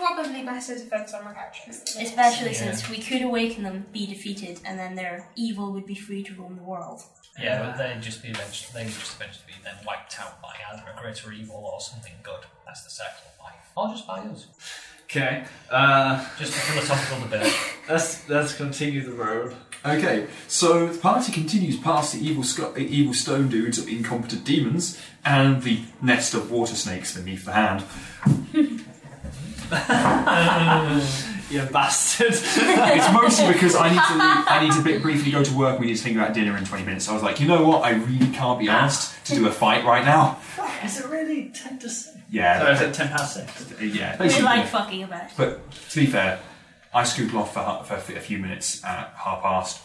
Uh,
Probably better to focus on Rakatris.
Especially since we could awaken them, be defeated, and then their evil would be free to roam the world.
Yeah, but they'd just be eventually they would just eventually be then wiped out by either a greater evil or something good. That's the cycle of life. Or just by us.
okay. Uh,
Just a philosophical debate.
let's let's continue the road.
Okay, so the party continues past the evil, sco- uh, evil stone dudes of incompetent demons and the nest of water snakes beneath the hand.
You bastard.
It's mostly because I need to leave, I need to bit briefly go to work. We need to think about dinner in 20 minutes. So I was like, you know what? I really can't be asked to do a fight right now.
<laughs> Is it really ten to six? Sorry,
Yeah,
is it ten past six?
yeah.
We
basically.
like fucking about
<laughs>
it.
But to be fair, I scooted off for, ha- for a few minutes at half past.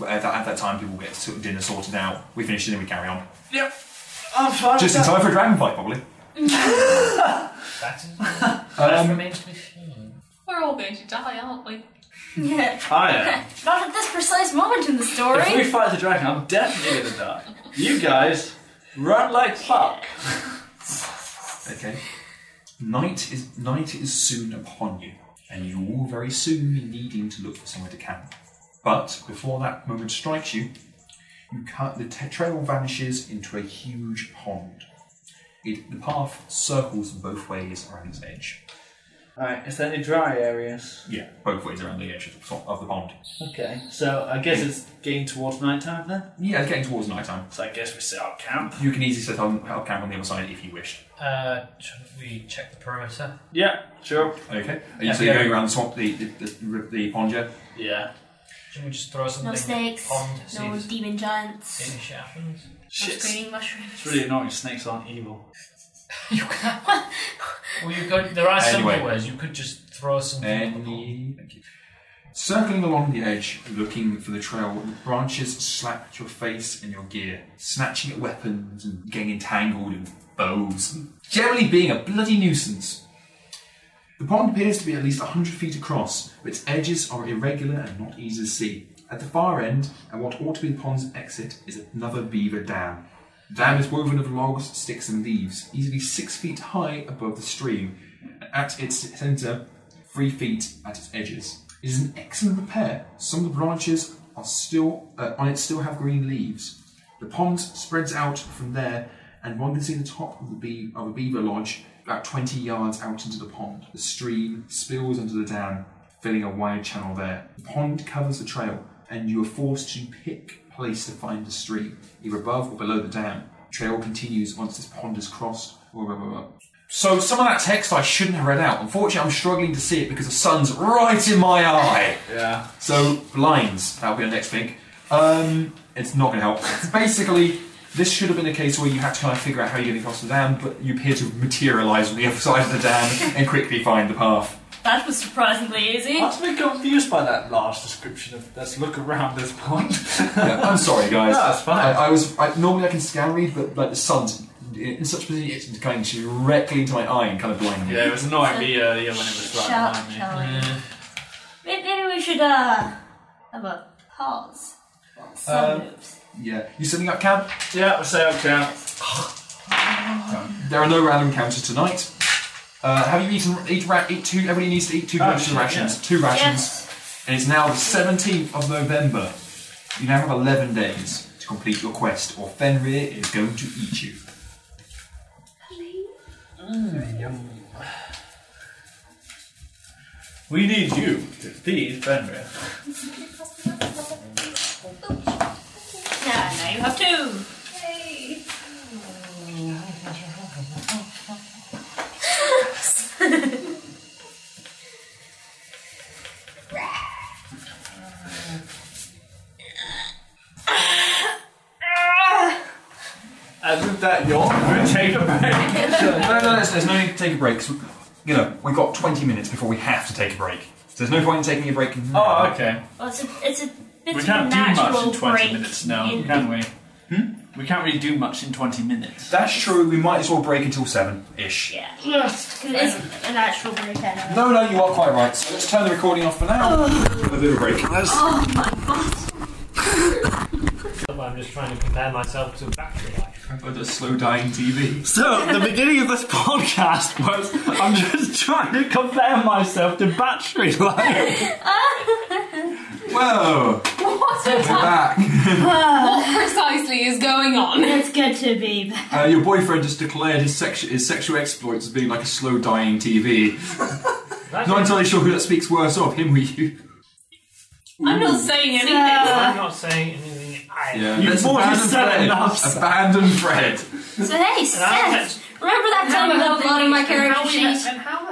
But At that, at that time, people get sort of dinner sorted out. We finish dinner, we carry on.
Yep. I'm fine.
Just in
with that.
time for a dragon fight, probably.
That is that remains to be seen.
We're all going to die, aren't we?
Yeah. <laughs>
I am.
Not at this precise moment in the story.
If we fight the dragon, I'm definitely gonna die. You guys run like fuck.
Okay. Night is night is soon upon you, and you will very soon be needing to look for somewhere to camp. But before that moment strikes you, you cut the t- trail vanishes into a huge pond. It, the path circles both ways around its edge.
Alright, is there any dry areas?
Yeah, both ways around the edge of the, top of the pond.
Okay, so I guess it's getting towards night time then?
Yeah, it's getting towards night time.
So I guess we set up camp.
You can easily set up up camp on the other side if you wish.
Uh, shouldn't we check the perimeter?
Yeah, sure.
Okay. Are you, so you're going around the swamp, the the, the, the pond yet?
Yeah.
Should we just throw something
No snakes,
on to see
no
if
demon giants,
any shit happens?
no
Shit.
screaming mushrooms.
It's really annoying, snakes aren't evil.
You can. well, you could. There are
Anyway.
some ways you could just throw something. on the wall.
Any. Thank you. Circling along the edge, looking for the trail, branches slap at your face and your gear, snatching at weapons and getting entangled in bows, and generally being a bloody nuisance. The pond appears to be at least 100 feet across, but its edges are irregular and not easy to see. At the far end, and what ought to be the pond's exit, is another beaver dam. The dam is woven of logs, sticks, and leaves, easily six feet high above the stream. At its centre, three feet at its edges. It is in excellent repair. Some of the branches are still uh, on it still have green leaves. The pond spreads out from there and one can see the top of the bee- of a beaver lodge about 20 yards out into the pond. The stream spills into the dam, filling a wide channel there. The pond covers the trail, and you are forced to pick a place to find the stream, either above or below the dam. Trail continues once this pond is crossed. Blah, blah, blah, blah. So some of that text I shouldn't have read out. Unfortunately, I'm struggling to see it because the sun's right in my eye.
Yeah.
So lines. That'll be our next thing. Um, it's not going to help. <laughs> It's basically, this should have been a case where you had to kind of figure out how you're going to cross the dam, but you appear to materialise on the other <laughs> side of the dam and quickly find the path.
That was surprisingly easy.
I was a bit confused by that last description of let's look around this pond.
Yeah, I'm sorry, guys.
No, it's fine.
I, I was I, normally I can scan read, but like the sun's in in such position, it's going directly into my eye and kind of blinding me.
<laughs> yeah, it was annoying me earlier when it was right
Shout,
behind me.
shall we? May- Maybe we should uh, have a pause. on Some
Um,
moves.
Yeah. You setting up camp?
Yeah, I'll say okay.
There are no random encounters tonight. Uh, have you eaten eat, ra- eat two? Everybody needs to eat two
Oh,
bunches of
shit,
rations. Two rations.
Yes.
And it's now the 17th of November. You now have 11 days to complete your quest, or Fenrir is going to eat you.
We need you to feed Fenrir.
Now, now you have two.
And with that yawn, we'll take a break. <laughs>
No, no, there's, there's no need to take a break. 'cause we- you know, we've got 20 minutes before we have to take a break. So there's no point in taking a break. now.
Oh, okay.
<laughs> Well, it's a, it's a bit
We
of
can't
a
do
natural
much in 20
break
minutes now,
in-
can we? Hmm? We can't really do much in 20 minutes.
That's true, we might as well break until 7 ish.
Yeah. Yes. It's a natural break anyway.
No, no, you are quite right. So let's turn the recording off for now. A bit of a break.
I'm just trying to compare myself to battery life.
But a slow dying TV.
So, the beginning of this podcast was I'm just trying to compare myself to battery life.
Whoa!
What is
We're back.
What precisely is going on?
It's good to be back.
Uh, your boyfriend has declared his, sexu- his sexual exploits as being like a slow dying TV. Not entirely sure who that speaks worse of, him or you.
I'm not saying anything.
I'm not saying anything. I
Yeah.
You've
Let's
already
abandon
said
Fred.
enough.
Abandon Fred.
So hey,
I'll
Seth, remember that time you loved one of my character sheets?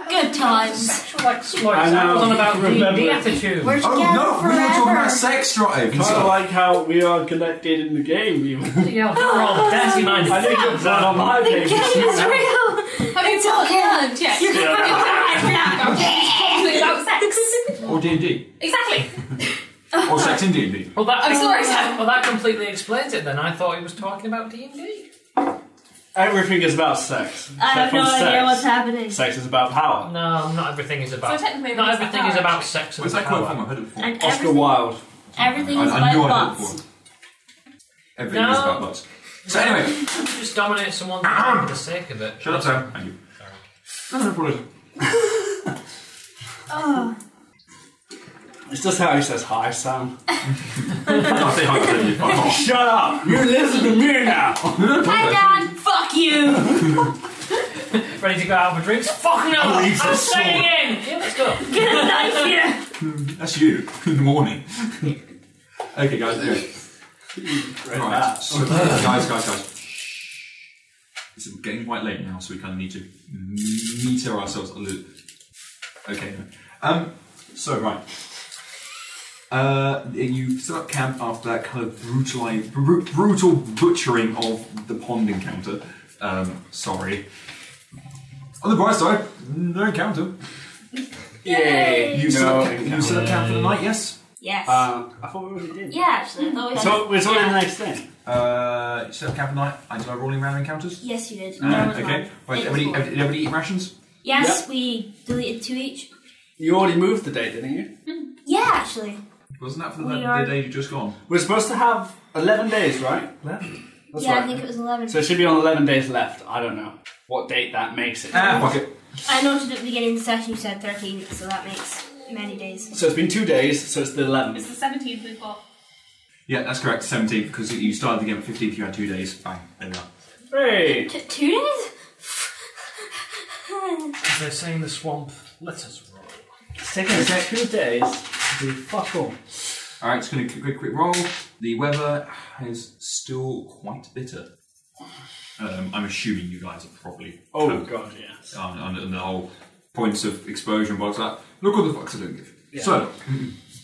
Good times.
Sexual exploits.
I know.
I was on about the,
Remember.
the attitude.
We're
Oh
together
no, we were talking about sex drive.
Kind of like how we are connected in the game. Even.
Bloody hell, you're all dirty minded.
I think you're blood on my
The game
pages.
is real.
It's all good. Yes. It's about sex.
or D and D,
Exactly.
or sex in D and D.
Well, that,
I'm sorry, Sam.
Well, that completely explains it. Then I thought he was talking about D and D.
Everything is about sex.
I have
except
no
for sex.
idea what's happening.
Sex is about power.
No, not everything is about.
So technically
not
it's
everything
about
is about sex and
Where's that quote
power.
from? I heard it before.
And
Oscar
everything,
Wilde.
everything
I,
is
I
by
knew I heard it
bots.
before. Everything is
No.
about bots. So anyway,
Just dominate someone for the sake of it.
shut up, Sam. Thank you. No, no problem.
It's just how he says hi, Sam.
I'll say hi to you. Fine.
Shut up! You listen to me now!
Hi, Dad. Fuck
<laughs>
you.
Ready to go out for drinks? Fuck no!
Oh,
I'm
he's a
staying in. Yeah, let's go.
Get a knife here.
That's you in the morning. okay, guys. Anyway. Right. So, guys, guys, guys. Shh. It's getting quite late now, so we kind of need to meter ourselves a little. Okay. Um. So right. Uh, you set up camp after that kind of brutalized, br- brutal butchering of the pond encounter. Um, sorry. On the bright side, no encounter.
Yay!
You, set,
No
up, ca- you set up camp for the night, yes?
Yes.
Uh,
Um, I thought we already did.
yeah, actually, I thought we had.
So we're talking
yeah.
the next thing.
Uh, you set up camp for the night. I did I rolling around encounters?
Yes, you did.
Uh,
That was
okay.
mine.
Right,
It was
everybody,
mine.
everybody, everybody eat rations?
Yes, we deleted two each.
You already moved the date, didn't you?
Yeah, actually.
Wasn't that for the,
We
the
are-
day you just gone?
We're supposed to have 11 days, right? Left? That's
yeah,
right.
I think it was 11.
so it should be on 11 days left. I don't know what date that makes it.
Ah, fuck it.
I noted at the beginning of the session you said 13, so that makes many days.
So it's been two days, so it's the 11th.
It's the 17th we've got.
Yeah, that's correct. 17th, because you started the game at 15th, you had two days. Bang, there we are.
Hey!
T- two days? <laughs>
As they say in the swamp, let us roll.
It's taken us two days to do fuck all.
All right, it's going to quick, quick roll. The weather is still quite bitter. Um, I'm assuming you guys are probably
Oh, God, yes.
on, on, on the whole points of exposure and box like look what the fucks I don't give. So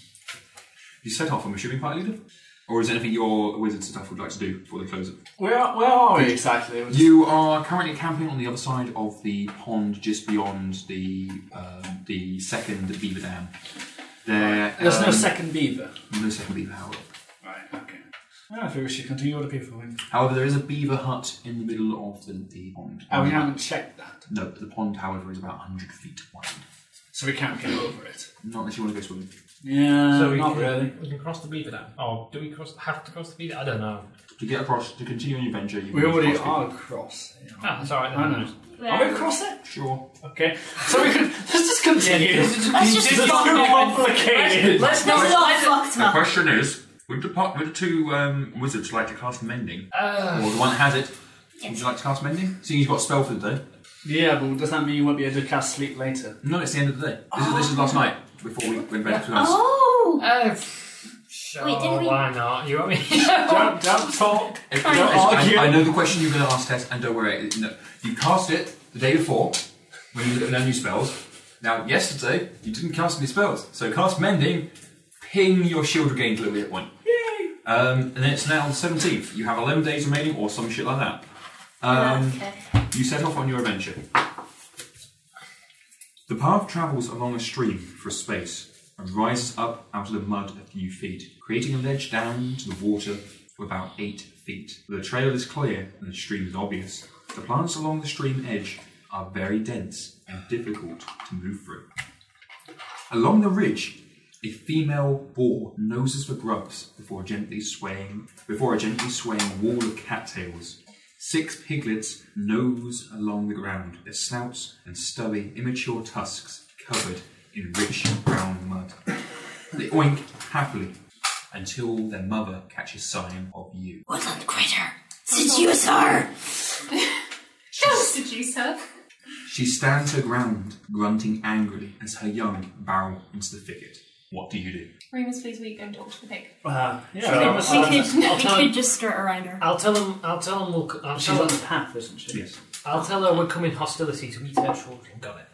<clears throat> you set off. I'm assuming party leader, or is there anything your wizards and stuff would like to do before they close it?
Where are, where are we exactly? We're just-
You are currently camping on the other side of the pond, just beyond the um, the second beaver dam. There,
There's no
um,
second beaver.
no second beaver however.
Right, okay. Well, I think Ah, we should continue with the people. in.
However, there is a beaver hut in the middle of the, the pond.
Oh, we haven't checked that,
No, the pond, however, is about 100 feet wide.
so we can't get over it.
Not unless you want to go swimming.
Yeah,
so we
Uh, not
can,
really.
We can cross the beaver dam. Oh, do we cross? Have to cross the beaver? I don't know.
To get across, to continue on your adventure, you
We
can
already
cross the-
are across.
Ah, it's all right.
I
then.
know.
Well,
Are we across it?
Sure.
Okay, so we can <laughs> let's just continue.
Let's just
This is
fuck
too
off.
complicated.
Let's not all fucked
The
up.
question is would the, part, would the two um, wizards like to cast Mending?
Uh,
or the one that has it, would you like to cast Mending? Seeing you've got a spell for the day.
Yeah, but does that mean you won't be able to cast sleep later?
No, it's the end of the day. This, is, this is last
Oh.
night, before we went back to us.
Oh!
uh, sure,
Wait, didn't we-
why not? You want me?
<laughs>
<laughs>
Don't don't talk.
If-
Fine.
no, it's-
Argue.
I, I know the question you're going to ask, Tess, and don't worry. it- No, you cast it the day before when you learned new spells. Now, yesterday, you didn't cast any spells. So cast Mending, ping your shield regain delivery at one. Yay! Um, and then it's now the 17th. You have 11 days remaining or some shit like that. Um,
okay.
You set off on your adventure. The path travels along a stream for a space and rises up out of the mud a few feet, creating a ledge down to the water of about eight feet. The trail is clear and the stream is obvious. The plants along the stream edge are very dense and difficult to move through. Along the ridge, a female boar noses for grubs before gently swaying before a gently swaying wall of cattails. Six piglets nose along the ground, their snouts and stubby, immature tusks covered in rich brown mud. They oink happily until their mother catches sign of you.
Woodland critter! Seduce her!
Don't seduce her.
She stands her ground, grunting angrily as her young barrel into the thicket. What do you do?
Remus, please, will you go and talk to the pig?
Uh,
We
yeah,
could-
I'll-
we could,
I'll
we
tell
could
him-
just skirt around her.
I'll tell him. I'll tell him. We'll. c- I'll
she's
tell,
on
him
the path, isn't she?
Yes.
I'll tell her we're coming hostility to meet her children. Got it.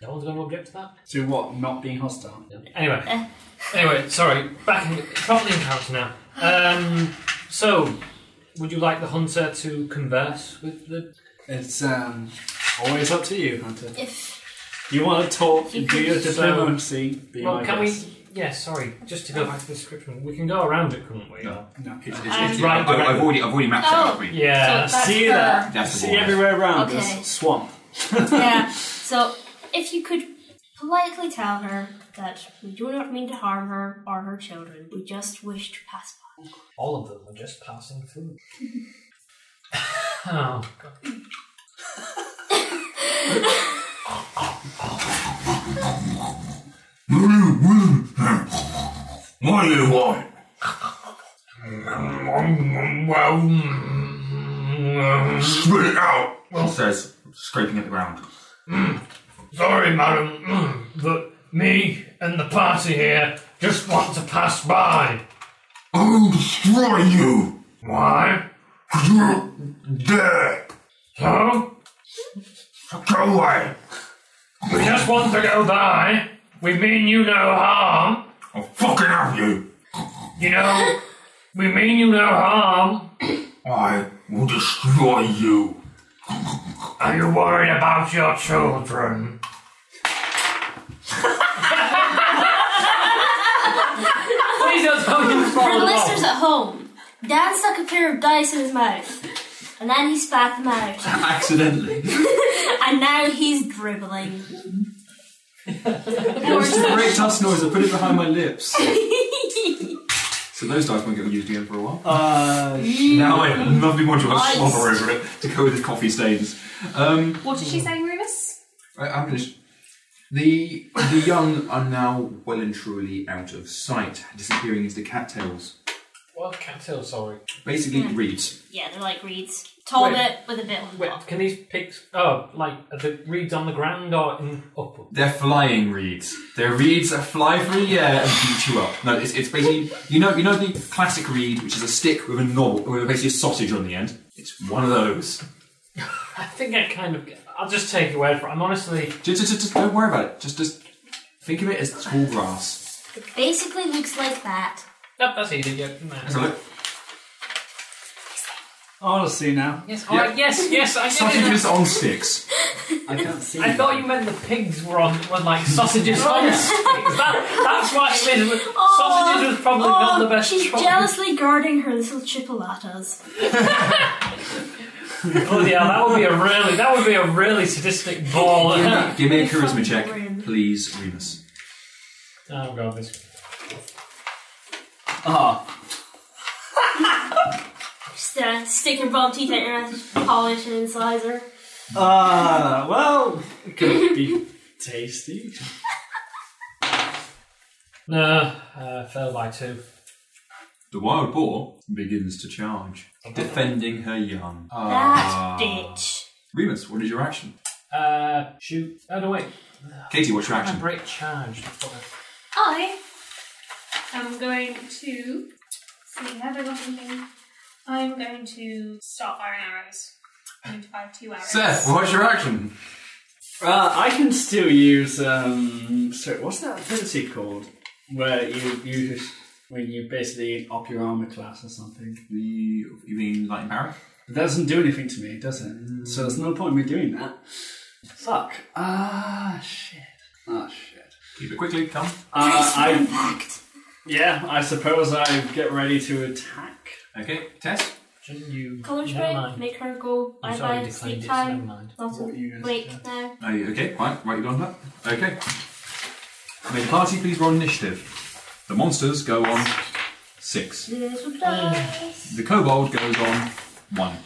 No one's going to object to that.
To what? Not being hostile.
Anyway, anyway, sorry. Back in, properly in character now. Um, so, would you like the hunter to converse with the?
It's um, always up to you, Hunter.
If
You want to talk,
You
do your
could-
diplomacy, be
well,
my
can
guest.
we? Yeah, sorry. Just to go back to the description, we can go around it, couldn't we?
No.
No.
It's, it's,
Um,
it's,
Right,
I,
right.
I've already, I've already mapped
Oh.
it out for you. <laughs>
Yeah.
so that's
see
her.
that.
That's the
See
boar.
everywhere around
Okay.
us, swamp. <laughs>
yeah. So if you could politely tell her that we do not mean to harm her or her children, we just wish to pass by.
All of them are just passing through. oh God.
Mm.
What do you want?
<laughs>
Spit it out.
says, scraping at the ground.
Sorry, madam, <clears throat> mm, but me and the party here just want to pass by.
I will destroy you.
Why?
Cause you're dead.
So
Go away.
we just want to go by. We mean you no harm.
I'll fucking have you.
You know, we mean you no harm.
I will destroy you.
Are you worried about your children? Please don't tell me you
For the
follow
listeners at home, Dan stuck a pair of dice in his mouth, and then he spat them out,
Accidentally.
and now he's dribbling.
It was just a great dust noise. I put it behind my lips. so those dice won't get used again for a while.
Uh,
now I have Oh, lovely module of
Nice.
slobber over it to go with the coffee stains. Um,
What is she saying, Remus?
I, I'm finished. The the young are now well and truly out of sight, disappearing into the cattails.
Well, cattail, sorry.
Basically,
Hmm.
reeds.
Yeah, they're like reeds. Tall
Wait.
bit with a bit on
Wait,
top.
can these pigs? Oh, like are the reeds on the ground or in upward?
They're flying reeds. They're reeds that fly through the air and beat you up. No, it's, it's basically you know you know the classic reed, which is a stick with a knob, with basically a sausage on the end. It's one of those.
I think I kind of. I'll just take your word for it. I'm honestly.
Just, just, just don't worry about it. Just just think of it as tall grass.
It basically looks like that.
Nope, that's easy. Yeah. no.
Let's have a look.
I'll see now.
Yes, all right, yes, yes. I did
Sausages
it.
on sticks.
I can't see.
I thought you meant the pigs were on were like sausages on sticks. That, that's why it is. Sausages was probably not the best
Oh, She's
choice.
jealously guarding her little chipolatas.
Oh yeah, that would be a really that would be a really sadistic <laughs> ball.
Give
oh
me, give me a charisma
Fucking grin.
check, please, Remus.
Oh, god, this.
Ah,
Just uh, stick your bum teeth in her polish and incisor.
ah. well, it could be tasty.
No, uh, fell by two.
The wild boar begins to charge, defending her young. Ah.
That bitch.
Remus, what is your action?
Uh, shoot. Oh no, wait.
Katie, what's your
I
action?
break charge.
I am going to see. Have I got anything? I'm going to start firing arrows. I'm going to fire two arrows.
Seth, what's your action?
Uh, I can still use um. So what's that ability called? Where you you just when you basically up your armor class or something.
The, you mean lightning barrier?
It doesn't do anything to me, does it? So there's no point in me doing that. Fuck. Ah shit. Ah shit.
Keep it quickly, come.
Uh, I
Impact.
yeah. I suppose I get ready to attack.
Okay, Tess.
Shouldn't you?
Color
never
spray,
mind.
make her go
I'm
bye
sorry,
bye,
declined
sleep
it, so never
time.
mind.
Lots
What
of
were you gonna
wake
say?
now.
Are you- okay, fine, right, you got on that. Okay. May the party please roll initiative. The monsters go on six.
Little dice.
The kobold goes on one.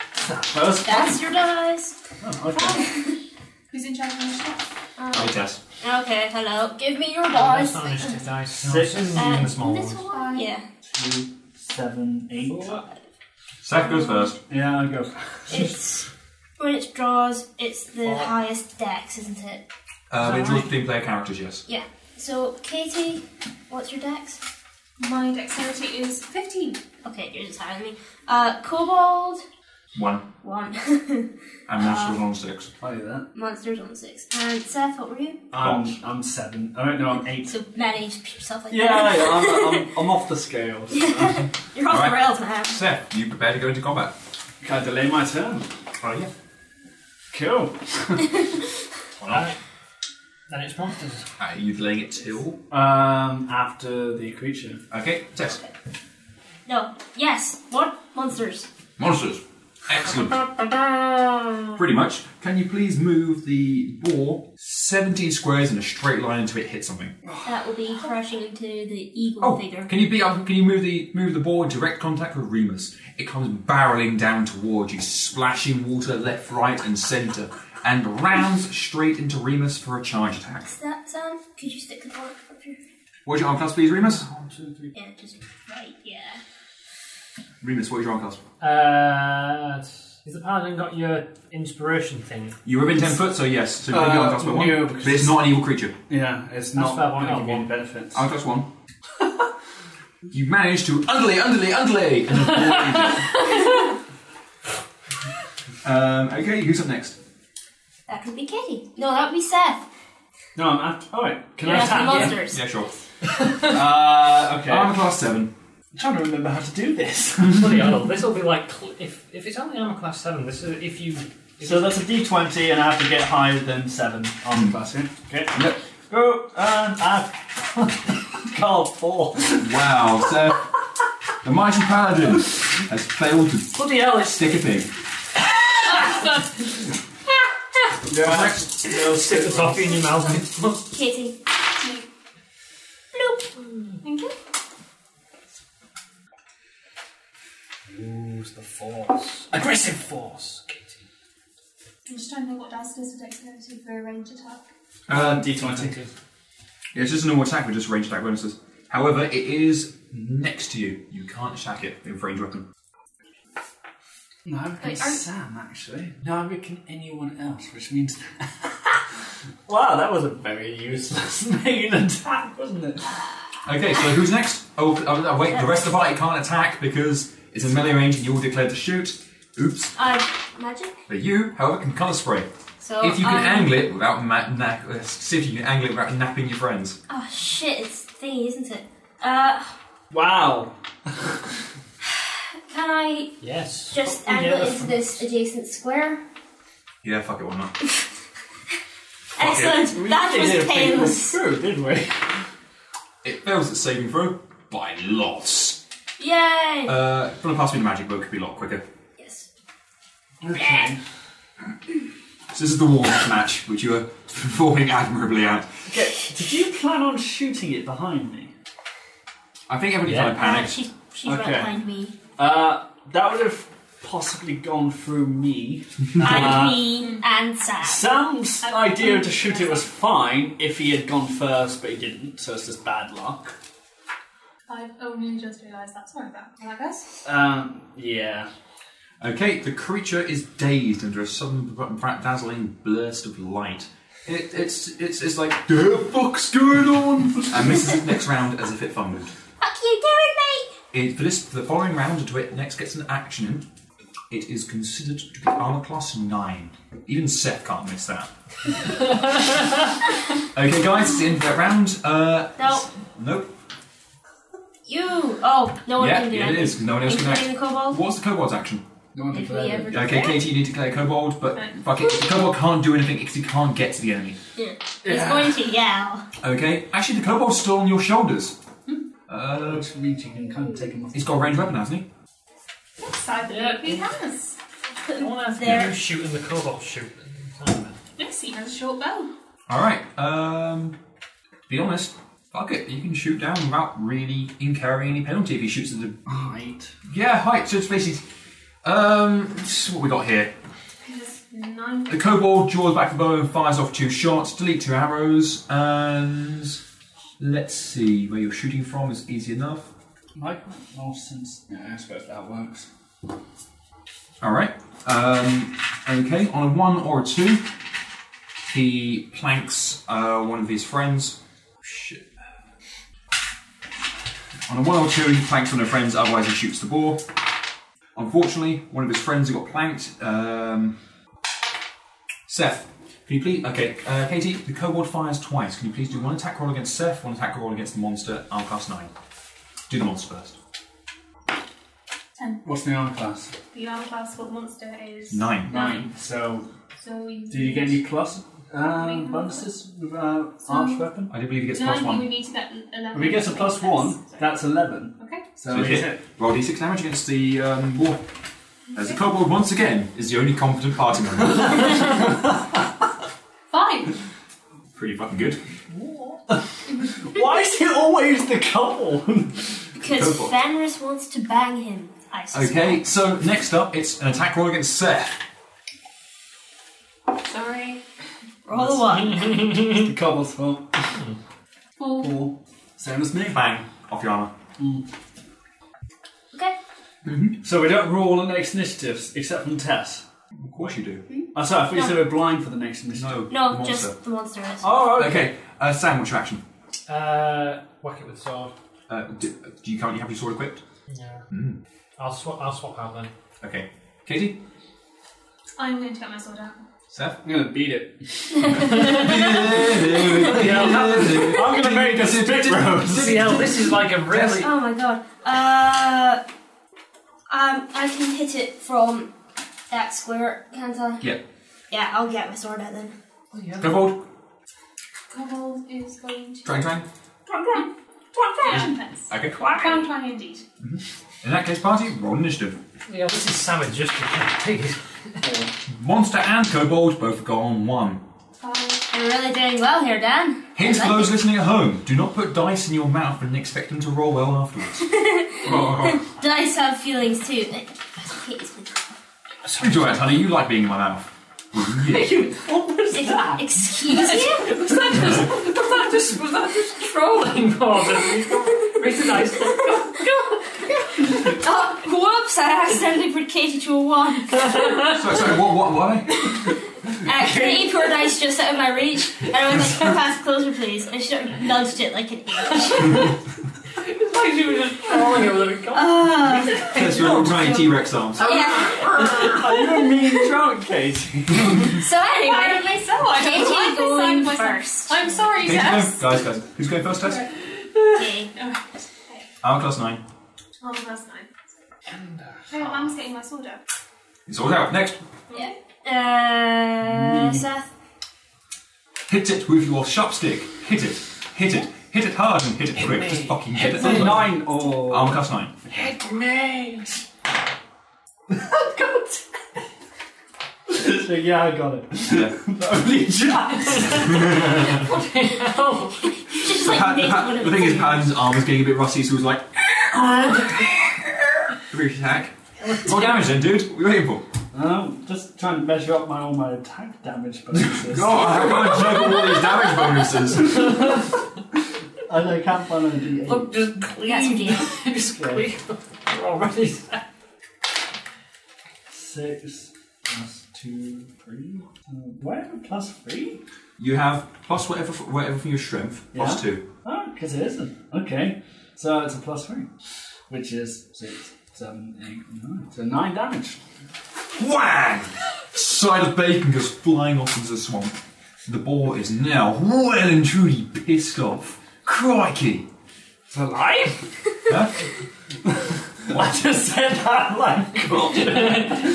First.
That's your dice.
Oh, okay.
Who's in charge of the shot?
Hey, Tess.
Uh, Okay, hello. Give me your
Oh, That's
dice.
not initiative <laughs> dice. No,
Six.
it's in
Uh,
the small
this
ones.
one? Yeah.
Two, seven, eight.
Seth goes first.
Yeah, I go. <laughs>
It's when it draws, it's the highest dex, isn't it?
Uh, they draw between player characters, yes.
Yeah. So, Katie, what's your dex?
My dexterity is 15.
Okay, you're just higher than me. Uh, Kobold,
One.
one. <laughs>
And monsters on six.
Play that.
Monsters on six. And Seth, what were you?
I'm I'm seven. I don't know. I'm eight.
So, manage yourself like
Yeah,
<laughs> that.
yeah I'm, I'm, I'm off the
<laughs>
scales.
You're off
Alright.
the rails, man.
Seth, you prepare to go into combat.
Can I delay my turn?
Oh, yeah.
Cool.
Alright. Uh, Then it's monsters.
Are you delaying it till?
Um, after the creature.
Okay, Tess.
No. Yes. What? Monsters.
Monsters. Excellent. Pretty much. Can you please move the boar 17 squares in a straight line until it hits something?
That will
<sighs>
be crashing into the eagle
Oh,
figure.
can you be up? Can you move the move the boar in direct contact with Remus? It comes barreling down towards you, splashing water left, right, and centre, and rounds straight into Remus for a charge attack.
Is that Sam? Could you stick the board up here?
What's your arm class, please, Remus?
Yeah, just right. Yeah.
Remus, what's your arm class?
Uh, has the paladin got your inspiration thing?
You're within ten foot, so yes. So you can be
Uh,
arm class by one.
no,
but it's not an evil creature.
Yeah, it's not
fair, why not?
gonna give me benefits.
Arm class one. <laughs> you manage to underlay, underlay, underlay. And the <laughs> boar- um, okay, who's up next?
That could be Katie. No, that would be
<laughs>
Seth.
No, I'm after. Alright, can
You're
I
after
attack?
monsters.
Yeah, <laughs> sure.
Uh, okay.
Arm class seven.
I'm trying to remember how to do this.
Bloody hell, this will be like cl- if if it's only armor class seven. This is if you. If
<laughs> so that's a d20, and I have to get higher than 7 on the class here. Okay.
Yep.
Go, and <laughs> I've called 4.
Wow, so the mighty paladin has failed to
bloody hell, it's
stick a pig.
No,
no stick the toffee in your <laughs> mouth.
Katie.
Thank you.
Use the force, aggressive force, Katie.
I'm just trying to think what dice does for dexterity for a range attack.
Uh,
d20.
yeah, it's just a normal attack with just range attack bonuses. However, it is next to you, you can't attack it with range weapon.
No, I'm
Wait, aren't-
Sam actually. No, I reckon anyone else, which means
<laughs> Wow, that was a very useless <laughs> main attack, wasn't it?
Okay, so who's next? Oh, oh, oh, wait, the rest of the party can't attack because it's in melee range and you're all declared to shoot. Oops.
I Uh, magic.
But you, however, can colour spray.
So um,
if you can
I'm-
angle it without ma- na- uh, see if you can angle it without napping your friends.
Oh shit! It's thingy, isn't it? Uh,
Wow.
can I
Yes.
just
Oh,
angle
yeah.
into this adjacent square?
Yeah, fuck it, why not?
Excellent. That was
<laughs>
painless.
True, didn't we?
It fails its saving throw by lots.
Yay!
Uh, if you want to pass me the magic book, it'd be a lot quicker.
yes.
<laughs> Okay.
So this is the warm match, which you are <laughs> performing admirably at.
okay. Did you plan on shooting it behind me?
I think every
Yeah.
time I
Uh,
panic,
she she's right
Okay.
behind me.
Uh, that would have possibly gone through me.
Uh,
And me and Sam.
Sam's idea to shoot it was fine if he had gone first, but he didn't, so it's just bad luck.
I've only just realised that. Sorry about that, guys.
Um, yeah.
Okay, the creature is dazed under a sudden b- b- dazzling burst of light. It, it's, it's, it's like, the fuck's going on? and misses its next round as if it fumbled.
Fuck you doing me?
It, for this, for the following round, until it next gets an action, it is considered to be armor class 9. Even Seth can't miss that. okay, guys, it's the end of that round. Uh,
No.
Nope.
You. Oh, no one
yeah,
can do
yeah,
that.
it is. No one else can
Including
act.
the kobold.
What's the kobold's action?
no one
If we
declared it.
ever do
Okay,
that.
Katie, you need to declare kobold, but fuck it. The kobold can't do anything because he can't get to the enemy.
Yeah. He's going to yell.
Okay, actually, the kobold's still on your shoulders. Uh,
Which means you can kind of take him off.
he's got a ranged weapon, hasn't he?
Side the
Yeah.
he has.
You're
There.
shooting the cobalt shoot.
Yes, he has a short bow.
Alright, um, to be honest, fuck it. You can shoot down without really incurring any penalty if he shoots at the.
Right.
Yeah, height, so it's basically. Um, this is what we got here.
He has nine.
The kobold draws back the bow and fires off two shots, delete two arrows, and. Let's see, where you're shooting from is easy enough.
Might make more sense. Yeah, I suppose that works.
All right. Um, okay. On a one or a two, he planks uh, one of his friends. Shit. On a one or two, he planks one of his friends. Otherwise, he shoots the boar. Unfortunately, one of his friends who got planked. Um, Seth, can you please? Okay, uh, Katie, the kobold fires twice. Can you please do one attack roll against Seth, one attack roll against the monster? Arm class nine. Do the monster first.
What's the armor class?
The armor class for the monster is.
Nine.
Nine.
So,
So you.
do you get any plus uh, bonuses with uh, arch weapon?
I do believe he gets
No, I
plus
think we
one.
need to get eleven.
If he gets a plus one,
Sorry.
that's eleven.
Okay.
So,
Okay.
is it?
Roll d6 damage against the um, war. As the kobold once again is the only competent party <laughs> member.
Five.
Pretty fucking good.
Why is it always the couple?
Because
Kobold.
Fenris wants to bang him. I suspect.
Okay, so next up it's an attack roll against Seth.
Sorry.
Roll a one.
<laughs>
The cobble's fault.
Four.
Four. Same as me.
Bang, off your armor.
Okay.
So we don't roll on next initiatives except from Tess.
Of course you do.
Oh, sorry, I thought you said we're blind for the next initiative.
No,
No, monster.
just the monster is.
Oh, okay.
Okay, uh, Sam, what's your action?
Uh, whack it with sword.
Uh, do, do you currently have your sword equipped?
Yeah. I'll swap. I'll swap out then.
Okay. Katie?
I'm going to get my sword out.
<laughs> Seth?
I'm gonna beat it.
I'm
I'm gonna make a spit rose.
Bloody hell! This is like a really.
Oh my god. Uh, um, I can hit it from that square, can't I?
Yeah.
Yeah, I'll get my sword out then.
Kobold,
Kobold is going to.
Trang Trang.
Tron Tron! Tron Tron!
Okay.
Tron Tron indeed.
In that case, party, roll initiative.
Yeah, this is savage. Just you can't take it.
Monster and Kobold both have gone one.
Five.
You're really doing well here, Dan.
Hence,
I
for
like
those listening at home, do not put dice in your mouth and expect them to roll well afterwards.
it. Dice have feelings too. I hate this one.
Sorry, Joanne, honey, you like being in my mouth. <laughs>
Ex-
<laughs>
Excuse you?
Was <laughs> that just? Was that just? Was that just trolling more than we got? Really nice.
oh, whoops! I accidentally put Katie to a one.
Sorry, sorry, what, what, why?
Uh, Katie poured dice just out of my reach, and I was like, "Come pass closer, please." And she nudged it like an idiot.
It's <laughs> like she was just crawling over the cup.
Uh,
That's your little tiny T Rex arms.
yeah.
Are you a mean drunk, <laughs> Katie?
So
Why
anyway,
did I sell? I
Katie
don't like the side
going
of myself.
first.
I'm sorry,
Who's going-
Tess.
Guys, guys, who's going first, Tess?
Okay.
I'm class 9.
Twelve plus nine. Oh, I'm getting my sword out.
It's all out. Next,
Uh, Seth. <laughs>
Hit it with your sharp stick. Hit it. Hit it. Hit it hard and hit it quick. Just fucking hit, it.
Nine or
Armor class 9.
hit me. so yeah, I got it. <laughs>
Just like
Pat,
Nathan
Pat,
would've-
the thing is, Pat's arm was getting a bit rusty, so he <laughs> was like. Three attack. What damage then, dude? What are you waiting for?
I'm Um, just trying to measure up my all my attack damage <laughs> bonuses.
Oh, I can't juggle all these damage bonuses.
I I can't find a D8.
Look, just clean.
That's your deal.
just clean. We're already <laughs> there.
Six plus two, three. Uh, why have a plus three?
You have plus whatever, f- whatever from your strength, plus
Yeah.
two.
Oh, because it isn't. Okay, so it's a plus three, which is six, seven, eight, nine. So nine damage.
Whang! Side of bacon goes flying off into the swamp. The boar is now well and truly pissed off. Crikey!
It's alive?
Huh?
<laughs> I just said that like.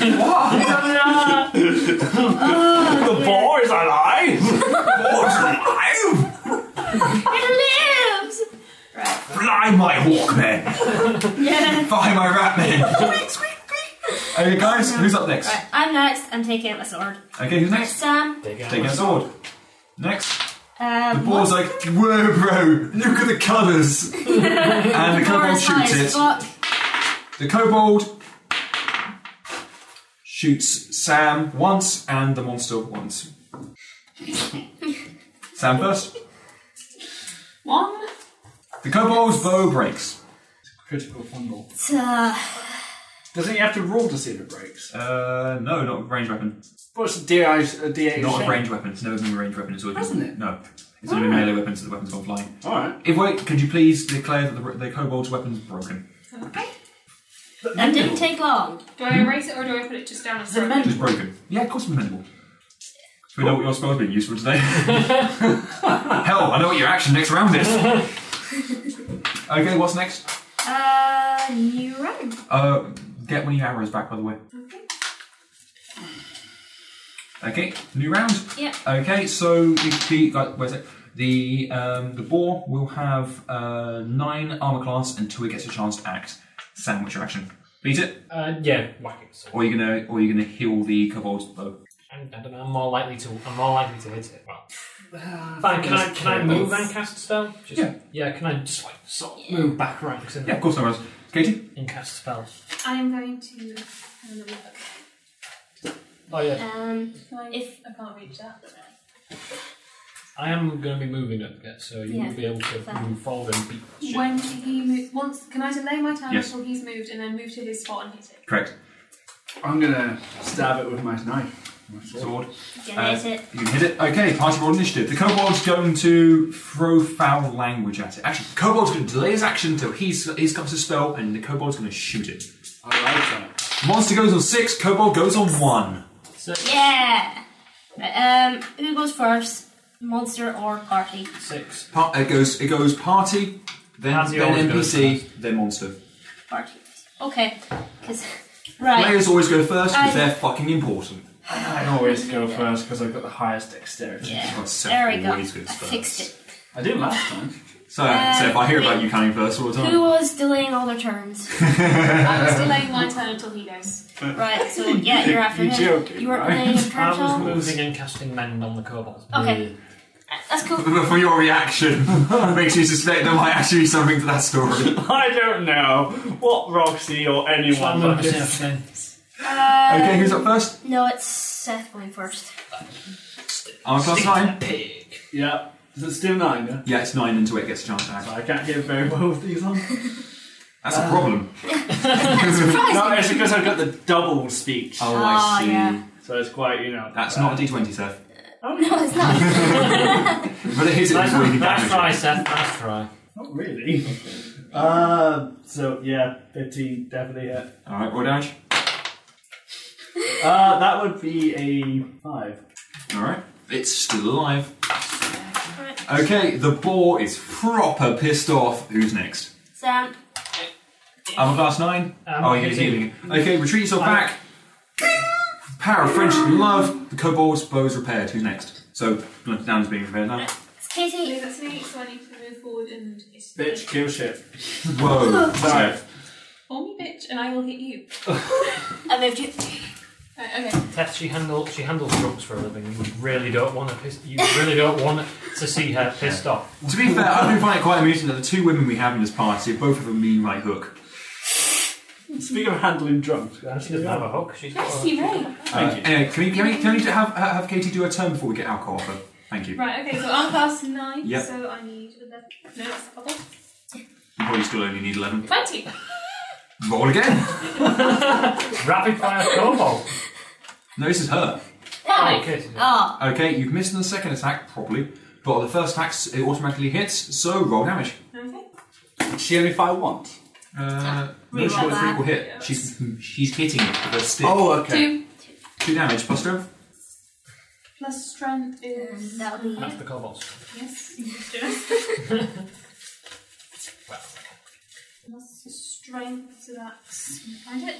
<laughs> the boar is
<laughs>
alive?
Boar's alive!
It lives.
Fly my Hawkman! Fly my Ratman! okay, guys, who's up next?
Right, I'm next. I'm taking out my sword.
Okay, who's next?
Sam.
Take a sword. Next. The
Um,
boar's like, whoa, bro, look at the colours! and the
Laura's
kobold
high
shoots
as
it.
fuck.
The kobold shoots Sam once and the monster once. Sam first.
One.
The kobold's bow breaks.
Critical fumble.
It's, uh,
Doesn't he have to roll to see if it breaks?
Uh, no, not a ranged weapon.
What's the DI, uh, D8?
Not a ranged weapon. It's never been a ranged weapon. It's always
Hasn't it?
No. It's only been melee weapons, so the weapon's gone flying.
Alright.
If wait, could you please declare that the, the kobold's weapon's broken?
Okay.
that didn't take long.
Do I erase it or do I put it just down as
It is broken. Yeah, of course it's mendable. So we know what your spell's been useful today. <laughs> Hell, I know what your action next round is. okay, what's next?
Uh, you run.
Uh, get one of your arrows back, by the way. Okay, new round.
Yep.
Okay, so the, the like, where's it? The um, the boar will have uh, nine armor class until it gets a chance to act. Sam, what's your action? Beat it,
Uh, yeah, whack it. So
or you're gonna or you're gonna heal the kobold though.
I, I don't know. I'm more likely to. I'm more likely to hit it. <sighs> Well, fine. Can I? Can I move and cast a spell? Just,
Yeah.
Yeah. Can I just like sort of move back ranks and,
Yeah, of course, no worries. Katie,
and cast a spell?
I'm going to. have a look.
Oh yeah.
Um,
Can I-
If-
I can't reach that.
I am going to be moving up again, so you
Yeah.
will be able to
Fine.
move forward and beat. the shit.
When he mo- once, can I delay my turn
Yes.
until he's moved and then move to his spot and hit it?
correct.
I'm gonna stab it with my knife. My sword.
Sword.
generate it.
You can hit it. Okay, party roll initiative. The kobold's going to throw foul language at it. Actually, the kobold's going to delay his action until he's he's comes his spell, and the kobold's going to shoot it.
I like that.
Monster goes on six. Kobold goes on one.
Yeah. Right, um, who goes first? Monster or party?
Six.
Pa- it goes it goes party, then,
Party
then
always
NPC, then monster.
Party. Okay. 'cause- <laughs> right.
Players always go first because
I-
they're fucking important.
I always go first because I've got the highest dexterity.
Yeah.
God, Seth
There we go. I
always goes first.
fixed it.
I did last time.
So, Seth, I hear about
wait.
you coming first all the
Who
time.
was delaying all their turns?
I was delaying my turn until he goes.
right. So yeah, you're after
You're
him.
joking,
you weren't
right?
delaying your
I
turn.
was
Joel?
moving and casting mend on the kobold.
Okay. That's cool.
<laughs> For your reaction <laughs> makes you suspect there might actually be something to that story.
<laughs> I don't know what Roxy or anyone
One
fucking-
myself then.
Um,
Okay, who's up first?
No, it's Seth going first.
Arm class nine.
Pig.
Yeah. Is it still nine? Yeah?
Yeah, it's nine until it gets a chance to act.
I can't get very well with these on.
That's a problem.
<laughs> no, it's because I've got the double speech.
Oh, I
Oh,
see.
yeah.
So it's quite, you know.
That's not a d20, Seth.
Oh <laughs> no, it's not.
But it is it
Nice,
was really
nice
damage.
try, Seth. Nice try.
Not really. uh, so yeah, 15 definitely hit.
Alright, what damage?
Uh, that would be a five.
Alright. It's still alive. Okay, the boar is proper pissed off. Who's next?
Sam,
I'm a class 9.
Um,
oh, yeah, he's healing. Okay, retreat yourself back. Power of friendship and love. The kobold's bow is repaired. Who's next? So, Down's being repaired now.
it's Katie.
That's me, so I need to move forward and. it's-
Bitch, kill shit.
Whoa.
Sorry.
Call me bitch and I will hit you.
I moved you.
Right, okay.
Tess, she handle she handles drugs for a living. You really don't want to piss. You really don't want to see her pissed off.
To be fair, I do find it quite amusing that the two women we have in this party both have a mean right hook.
Speaking of handling drugs,
She doesn't have a hook. She's got a,
Actually, right.
Uh, anyway, can we, can we, can we have, uh, have Katie do a turn before we get alcohol off her? Thank you.
Right, okay, so I'm class 9,
Yep.
so I need 11. No, it's okay.
You probably still only need 11.
20!
Roll again. <laughs>
rapid fire combo.
No, this is her.
Oh,
Five.
okay, so-
Oh,
Okay, you've missed on the second attack, probably, but on the first attack, s- it automatically hits, so roll damage.
Okay.
She only if I want.
Uh, no,
Reroll
she got a
that.
critical hit. She's, she's hitting it with her stick.
Oh, okay.
2
Two damage, plus strength.
plus strength is.
that'll be
That's the kobolds.
<laughs> Yes, yes. Plus strength, so that's. Find it.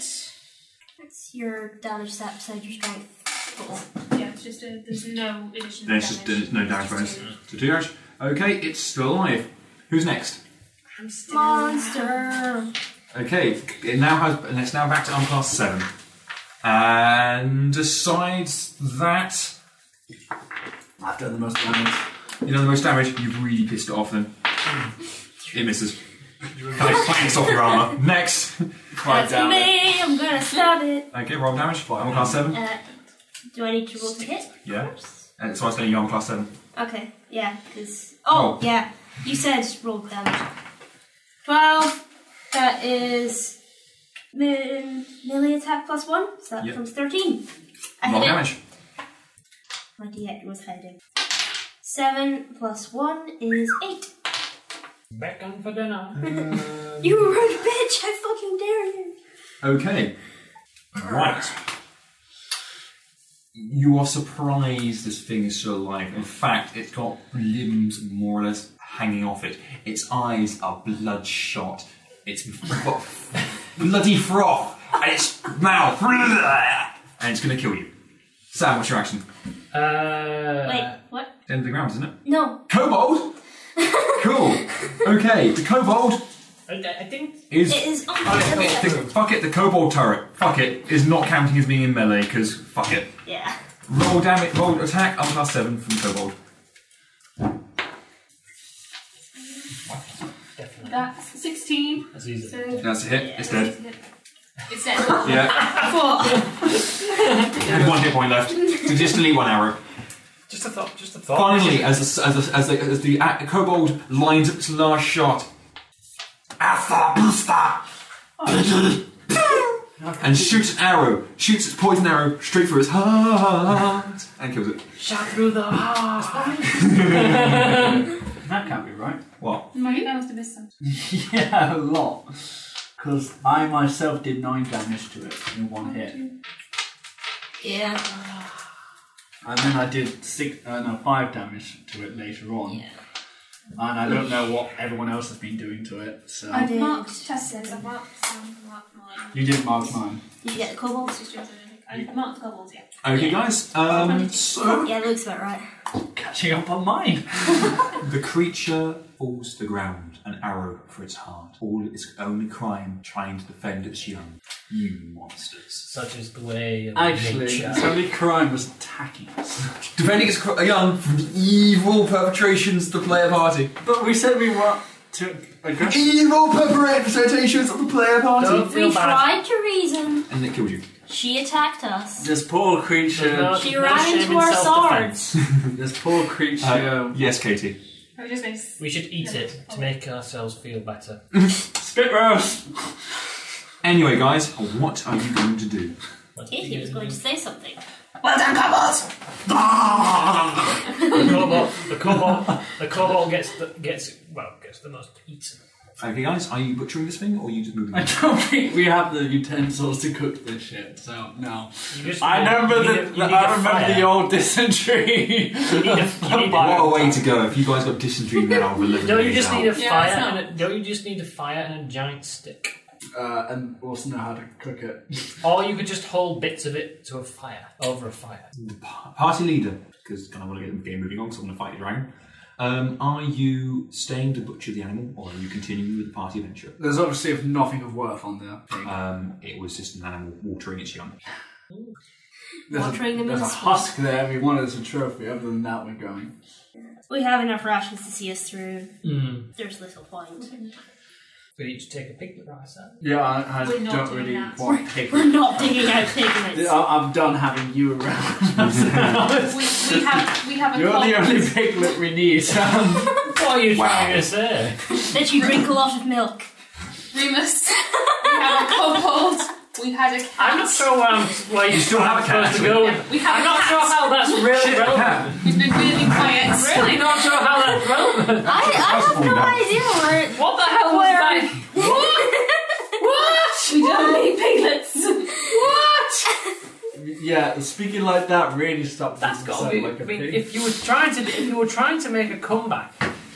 It's your damage set beside your strength.
Yeah, it's just a. There's no additional.
Then it's just
damage.
there's no damage
It's
bonus.
just a-
So two damage. Okay, it's still alive. Who's next?
I'm still.
Monster.
Okay, it now has, and it's now back to unclass seven. And besides that,
I've done the most damage.
you know the most damage. You've really pissed it off. Then it misses. Nice, clanks off your armor. Next.
That's me. I'm gonna stab it.
Okay, roll damage. Armor class seven.
Uh, do I need to roll to hit?
Yeah. And so I was telling you armor class seven.
Okay, yeah, because. Oh,
Oh.
yeah. You said roll damage. 12. That is. Me- melee attack plus 1, so that
Yep.
becomes 13. I
Roll
hit it.
damage.
My DX was hiding. 7 plus 1 is 8.
Back on for dinner.
You were right, bitch! I fucking dare you!
Okay. Right. You are surprised this thing is still alive. In fact, it's got limbs more or less hanging off it. Its eyes are bloodshot. It's <laughs> got bloody froth and its mouth. <laughs> And it's going to kill you. Sam, what's your action?
<laughs> Uh,
Wait, what?
It's end of the ground, isn't it?
No.
Kobold? cool. Okay, the kobold
I, I think
is
It is on
Oh,
the
the,
middle.
fuck it, the kobold turret. Fuck it is not counting as being in melee because fuck it.
Yeah.
Roll damage, roll attack. I'm plus seven from kobold.
That's 16.
that's easy.
So.
That's a hit. It's dead.
<laughs>
It's dead.
Yeah, <laughs>
Four.
and one hit point left. So just delete one arrow.
Just a thought. Just a thought.
Finally, as the, as the, as the, as the a- kobold lines up its last shot, Alpha Booster,
<laughs>
and shoots an arrow. Shoots its poison arrow straight through its heart and kills it.
Shot through the heart.
That can't be right.
What?
Maybe I must have missed some.
<laughs> yeah, a lot. Because I myself did nine damage to it in one hit,
Yeah.
and then I did six, uh, no, five damage to it later on. And I don't know what everyone else has been doing to it. So
did.
I've marked Tessa's, I've marked Sam's, I've marked mine.
you did mark mine.
Did you get the cobalt?
Just doing something. I've marked cobbles, yeah.
Okay, guys. Um, so
Yeah, looks about right.
Catching up on mine.
The creature falls to the ground, an arrow for its heart. All its only crime, trying to defend its young. You monsters.
Such is the way of
Actually,
nature.
its only crime was attacking us.
Defending its cr- young from the evil perpetrations of the player party.
But we said we were to aggressive.
Evil perpetrations of the player party.
Don't
We
feel bad.
tried to reason.
And it killed you.
She attacked us.
This poor creature.
There's no-
She
no
ran
shame
into
in
our
self-defense.
swords.
um,
This poor creature.
Uh, yes, Katie.
I was just going to.
We should eat it to make ourselves feel better.
Spit roast!
Anyway, guys, what are you going to do?
If he was going to say something.
Well done, Cobbles!
Ah!
the cobalt, the cobalt, the cobalt gets the, gets well gets the most eaten.
Okay, guys, are you butchering this thing or are you just
<laughs>
moving
I
it?
don't think we have the utensils to cook this shit, so no.
You just-
I remember
you need a-
the,
you need
I
a
remember
fire.
the
<laughs>
old dysentery.
What a way to go! If you guys got dysentery
<laughs>
now, we're living
Don't you
these
just
out.
need a
Yeah,
fire?
it's not-
And a, don't you just need a fire and a giant stick?
uh, and also know how to cook it.
Or you could just hold bits of it to a fire over a fire.
Party leader, because I want to get the game moving on, because I want to fight the dragon. Um, are you staying to butcher the animal, or are you continuing with the party adventure?
There's obviously nothing of worth on there.
Um, it was just an animal watering its young.
There's,
Watering
a,
them
there's
in
a
the spot.
husk there. We wanted as a trophy. Other than that, we're going.
We have enough rations to see us through.
Mm.
There's little point.
Could each take a piglet rice out.
Yeah, I, I
We're not
don't
doing
really
that.
want
<laughs>
pig.
We're not digging out piglets.
I- I'm done having you <laughs> around.
We, we have we have a
You're the
cobble.
only
<laughs>
piglet we need. <laughs> Um,
What are you
Wow.
trying to say?
That you drink a lot of milk.
Remus. we have a kobold. We had a cat.
I'm not sure where I'm, where you
still have a cat,
supposed to go. with-
We have
I'm
a
not
cat.
sure how that's really relevant.
We've been really quiet.
Really
<laughs>
not sure how that's relevant.
I, I have no idea where it.
What the hell was that?
<laughs>
What? We don't need piglets. <laughs> What?
yeah, speaking like that really stopped.
That's
me
got to
sound
be.
like a
I mean,
pig.
if you were trying to, if you were trying to make a comeback,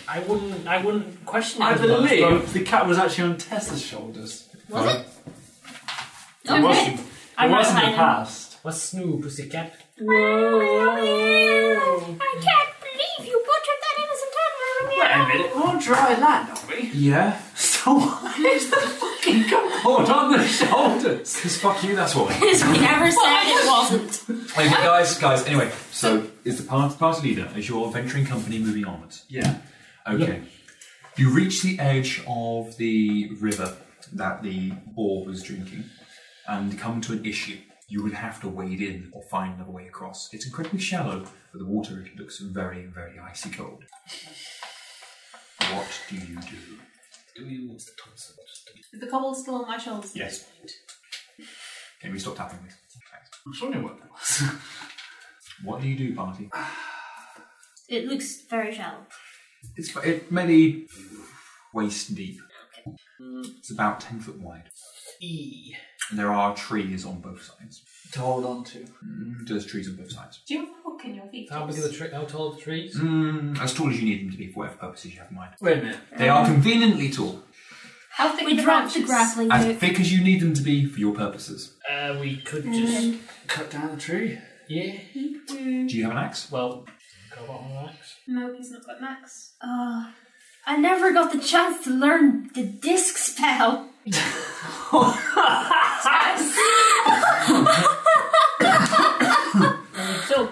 I wouldn't. I wouldn't question it.
I
as much,
believe the cat was actually on Tessa's shoulders.
Was it?
It wasn't. It
I'm right
wasn't in the
behind him.
past.
but- What's Snoo, pussycat?
Oh, yeah. I can't believe you butchered that innocent animal.
Wait a minute, we're on dry land, are we?
Yeah,
<laughs> So why is the fucking cord on the shoulders?
because fuck you, that's why.
Because we never said it wasn't.
Okay, guys, guys. Anyway, so is the party, party leader is your venturing company moving onwards?
Yeah.
Okay. You reach the edge of the river that the boar was drinking and come to an issue. You would have to wade in or find another way across. It's incredibly shallow, but the water looks very, very icy cold. What do you do?
Do you what's the concept?
Is the cobble still on my shoulders?
Yes. Can we stop tapping this? Thanks.
I'm just wondering what that was. <laughs>
What do you do, party?
It looks very shallow.
It's it maybe waist deep.
Mm.
It's about ten foot wide.
E.
And there are trees on both sides. Mm,
to hold on to.
There's trees on both sides.
Do you have a hook in your feet?
How big are the tree? How tall are the trees?
Mm, as tall as you need them to be for whatever purposes you have in mind.
Wait a minute.
They are conveniently tall,
How thick
We
are the
dropped
branches?
the grappling
as
hook.
thick as you need them to be for your purposes.
Uh, we could just.
Cut down the tree.
Yeah.
Do you have an axe?
Well, go on an axe.
No, he's not got an axe.
Oh, I never got the chance to learn the disc <laughs> spell.
So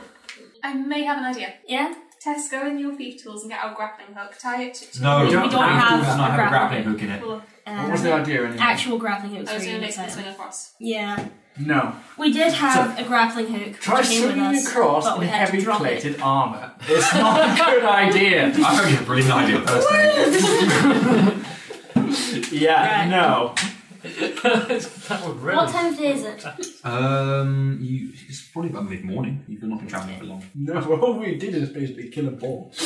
I may have an idea.
Yeah?
Tess, go in your thief tools and get our grappling hook. Tie it to
No,
We don't
the axe
have
does not
a
have a grappling
grappling
hook in it.
Cool.
Um,
What was the idea anyway?
Actual grappling hook.
I was
for you to
going to make
set
this
up.
one across.
Yeah.
No.
We did have a grappling hook.
Try
which came with
swimming
us,
across
but
in
we had to
heavy
drop
plated
it.
armour. It's not
<laughs>
a good idea.
I think it's a brilliant idea, personally.
Yeah,
Right.
no.
<laughs> that would really.
What time of day is it?
um, you, it's probably about mid morning. You've not been travelling for long.
No, all we did is basically kill a boar.
<laughs>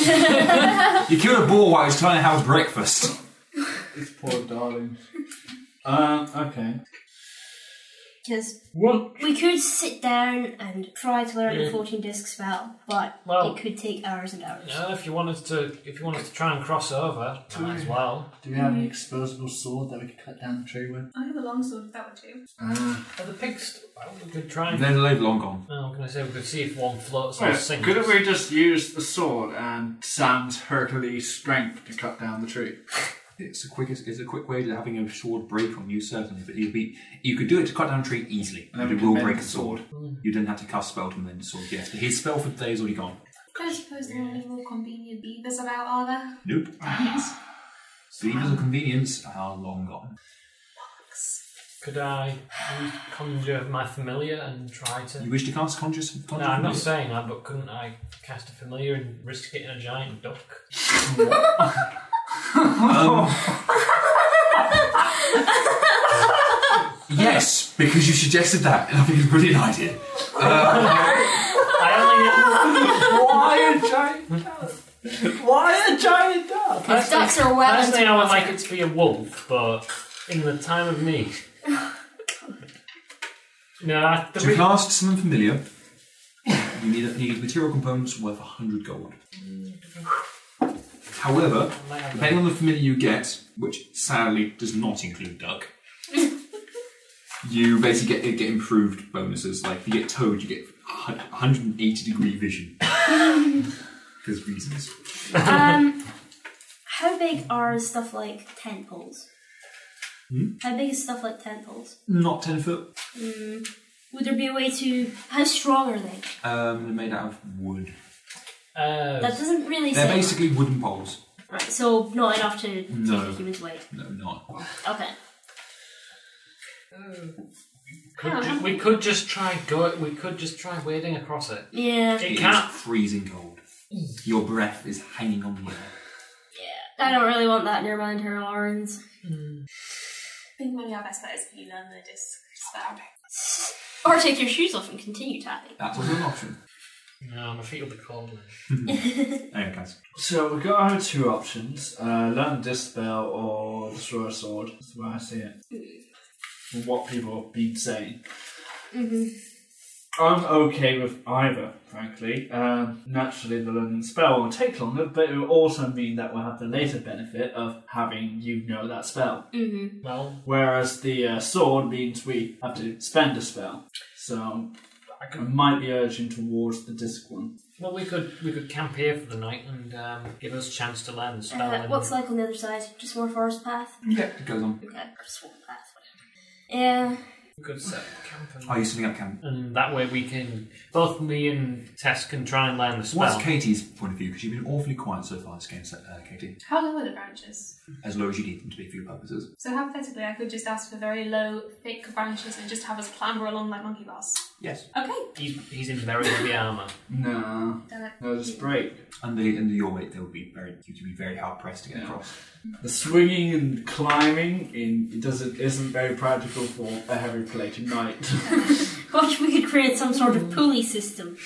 You killed a boar while it was trying to have breakfast.
This poor darling. Um, okay.
Because
What?
we could sit down and try to learn the 14 disc spell, but
Mm. Well-
it could take hours and hours.
No, if you want us to, if you want us to try and cross over, might as well.
Do we have an exposable sword that we could cut down the tree with? Uh,
I have a long sword if that would do.
Are the pigs? Still, well, we could try and.
They're they've long gone.
No, I'm going to say we could see if one floats or
Wait,
sinks.
couldn't we just use the sword and Sam's Hercules strength to cut down the tree?
It's a quick, it's a quick way to having a sword break on you, certainly. But you'd be, you could do it to cut down a tree easily.
And then
but it
we can
will
mend
break a
the
sword. Mm. You didn't have to cast spell to mend the sword. Yes, but his spell for today is already gone.
I suppose there are any more convenient beavers about, are there?
uh, Nope. Beavers of convenience are long gone.
Could I conjure my familiar and try to?
You wish to cast conjure? conjure
no, I'm not
familiar?
saying that, but couldn't I cast a familiar and risk getting a giant duck?
Yes, because you suggested that, <laughs> and I think it's a brilliant idea.
<laughs> Why a giant duck? Why a giant duck?
Honestly-
ducks are well
Honestly, I would
entertained.
like it to be a wolf, but in the time of need. no, I, the
To
re-
cast something familiar, you need, need material components worth 100 gold. However, depending on the familiar you get, which sadly does not include duck, you basically get, get improved bonuses. Like, if you get toad, you get hu- 180 degree vision. <laughs> Because reasons.
um, how big are stuff like tent poles?
Hmm?
How big is stuff like tent poles?
Not 10 foot.
Mm, would there be a way to? How strong are they?
Um, they're made out of wood.
Uh,
That doesn't really
They're
say.
basically wooden poles.
Right, so not enough to
No.
take a human's weight.
No, not.
Okay.
could ju- we could just try go. We could just try wading across it.
Yeah.
It
It
can't.
is freezing cold. Your breath is hanging on the air.
I don't really want that near my internal organs.
think maybe our best bet is you learn the disc spell.
Or take your shoes off and continue tapping.
That's also an option.
No, my feet will be cold. then.
Anyway, guys.
So we've got our two options: uh, learn dispel or destroy a sword. That's the way I see it. From what people have been saying,
Mm-hmm.
I'm okay with either. Frankly, um, naturally, the learning spell will take longer, but it will also mean that we'll have the later benefit of having you know that spell.
Mm-hmm.
Well,
Whereas the uh, sword means we have to spend a spell. So
I
I
could.
might be urging towards the disc one.
Well, we could. We could camp here for the night and um, give us a chance to learn the spell.
Uh,
and-
what's like on the other side? Just more forest path?
Yeah, it goes on.
Okay, or swamp path, whatever. Yeah.
We could set up camp and.
Are you setting up camp?
and that way we can both me and Tess can try and learn the
What's
spell.
Katie's point of view? Because you've been awfully quiet so far this game, so, uh, Katie.
How low are the branches?
As low as you need them to be for your purposes.
So hypothetically, I could just ask for very low, thick branches and just have us clamber along like monkey bars.
Yes.
Okay.
He's, he's in very heavy armor.
No,
Done it.
no, just break.
Under, under your weight, they would be very you'd be very hard pressed to get
Yeah.
across.
The swinging and climbing in it doesn't isn't very practical for a heavy plated knight.
Gosh, we could create some sort of pulley system.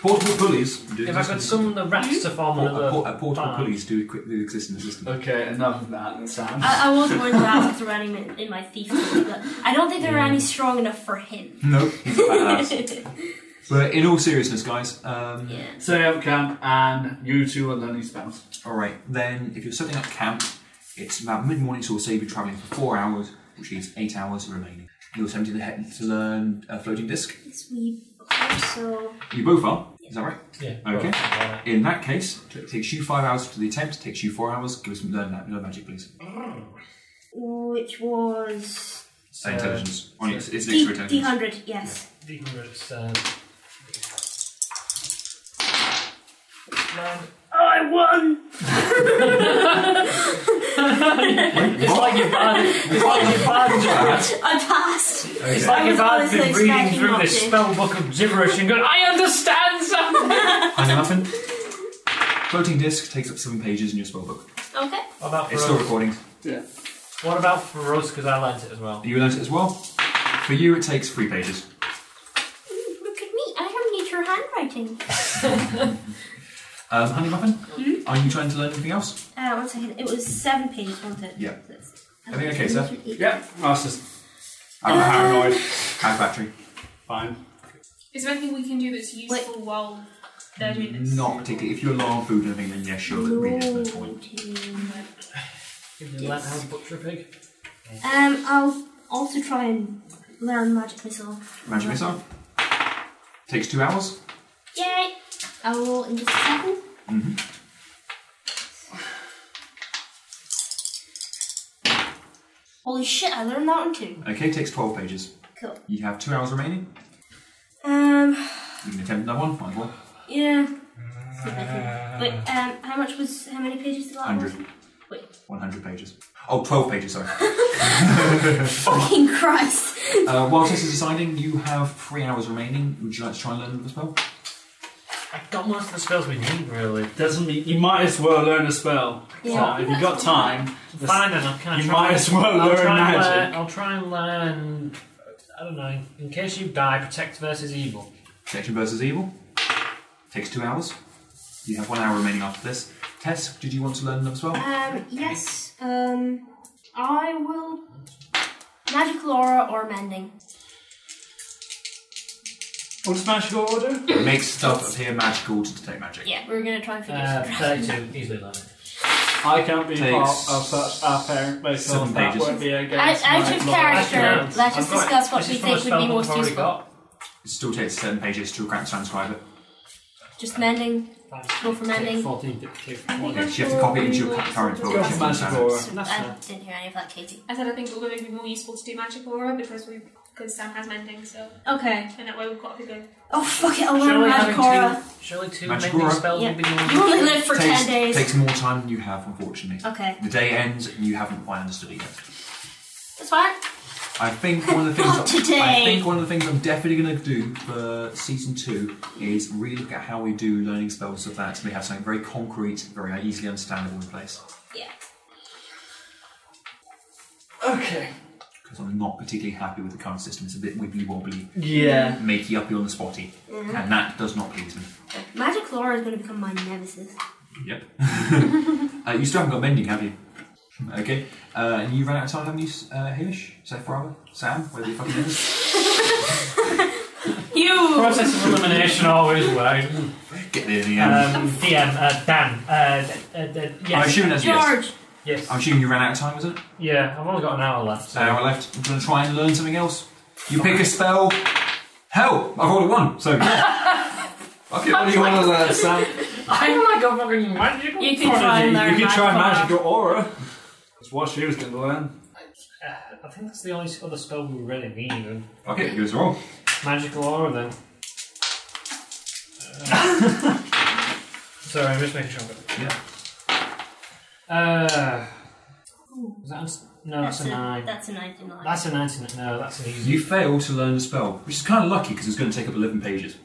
Portable pulleys. do
If I
exist in
could
the-
summon the
Hmm?
rats to form
Por- uh,
another
por- uh, portable
band.
pulleys do, equi- do exist in the system.
<laughs> okay, enough of that, Sam.
I, I was worried about
<laughs>
after running in, in my thief, team, but I don't think there are any strong enough for
<laughs>
him.
No, he's a badass.
<laughs> yeah.
but in all seriousness, guys, um,
Setting up camp and you two are learning spells.
All right, then if you're setting up camp, it's about mid morning, so we'll say you've been traveling for four hours, which leaves eight hours remaining. You're attempting to, head to learn a floating disc.
Yes, we hope so.
You both are. Is that right?
Yeah.
Okay.
well,
In that case, it takes you five hours for the attempt. Takes you four hours. Give us some learn that learn magic, please.
Which was.
Uh, intelligence. On it's, it's an
D-
extra intelligence.
D100, yes.
D100, it's, uh,
I won!
it's <laughs> like your band. It's like your band.
<laughs> I passed!
It's like your
I
band's
was
been reading
honestly expecting
through
not
this
to.
spell book of gibberish and going, "I understand <laughs> something."
I know nothing. Floating disc takes up seven pages in your spellbook.
Okay.
what about for
It's still
us?
recording.
Yeah.
What about for us? Because I learnt it as well.
You learnt it as well. For you, it takes three pages.
Ooh, Look at me, I don't need your handwriting.
Um, Honey Muffin, are you trying to learn anything else?
Uh, one second, it was seven pages, wasn't it?
Yeah.
That's-
Everything okay, sir?
Yep, that's just
I'm
paranoid.
Cat factory.
Fine.
Is there anything we can do that's useful while they're doing this?
Not particularly. If you're low on food and everything, then yeah, sure, but really there's no point.
Can you learn how to butcher a pig?
Um, I'll also try and learn magic missile.
Magic missile. Takes two hours.
Yay! I will in just a second. Holy shit, I learned that one too.
Okay, takes 12 pages.
Cool.
You have two hours remaining.
Um,
You can attempt another one, might as well.
yeah. See if I can- Wait, um, how much was, how many pages did that
100.
Wait.
100 pages. Oh, 12 pages, sorry.
Fucking Christ.
Uh, whilst this is deciding, you have three hours remaining. Would you like to try and learn another spell?
I've got most of the spells we need, really. Doesn't mean you might as well learn a spell.
Yeah.
So if you've got time,
Fine enough. Can I
you
try
might
and-
as well
I'll
learn
try and
magic.
learn- I'll try and learn. I don't know. In case you die, protect versus evil.
Protection versus evil. Takes two hours. You have one hour remaining after this. Tess, did you want to learn another spell?
Um, yes, um, I will. Magical aura or mending.
What does magical order?
Makes stuff appear magical to detect magic.
Yeah, we're gonna try and figure
Uh,
something out.
Thirty-two, easily learn.
I can't be
Takes
part of such our parent because
seven
that
pages.
would be against
Out,
my
out of
moral
character,
standards.
let
I've
us
got it.
discuss what
This
we
is from a
think would
spell
be
book
most
I've already
useful.
got.
It still takes seven pages to a grant transcribe it.
Just mending. Go for mending.
Fourteen.
Yeah, you have to copy it into your current book.
That's magical aura.
I didn't hear any of that, Katie.
I said I think we're going to be more useful to do magic aura because we because Sam has mending, so
Okay.
and that way we've got to go.
Oh, fuck it, I'll learn
Surely having
magic aura.
two, surely two
Magic
mending
aura.
spells
Yeah.
would be more.
You only live for
takes,
10 days.
takes more time than you have, unfortunately.
Okay.
The day ends and you haven't quite understood it yet.
That's fine.
I think one of the
<laughs> Not
things
today.
I think one of the things I'm definitely going to do for season two is really look at how we do learning spells of that, so we have something very concrete, very easily understandable in place.
Yeah.
Okay.
Because I'm not particularly happy with the current system. It's a bit wibbly wobbly,
Yeah.
makey uppy on the spotty,
Mm-hmm.
and that does not please me.
Magic aura is gonna become my nemesis.
Yep. <laughs> uh, you still haven't got mending, have you? Okay. Uh, and you ran out of time, haven't you, uh, Hamish? Sephrava? Sam? Whatever your fucking name is.
You!
Process of elimination always works.
<laughs> Get there in the end.
Um, DM, uh, Dan, uh, d- uh, d-
I
yes,
assume that's yes.
George!
yes,
I'm assuming you ran out of time, was it?
yeah. I've only got an hour left. So.
An hour left. I'm going to try and learn something else. You pick a spell. Hell, I've already won. So. Fuck <laughs> it. What do you want to learn, Sam?
I feel like a fucking magical.
You can try and learn
you could try
aura.
magical aura. That's what she was going to learn.
Uh, I think that's the only other spell we really need. and
Fuck it. Give us a roll.
Magical aura, then. Uh, <laughs> sorry, I'm just making sure. I've got-
Yeah.
Uh, is that a s- no, that's,
That's
a
a,
nine.
that's a 99.
That's a nineteen. No, that's an easy.
You fail to learn a spell, which is kind of lucky because it's going to take up 11 pages.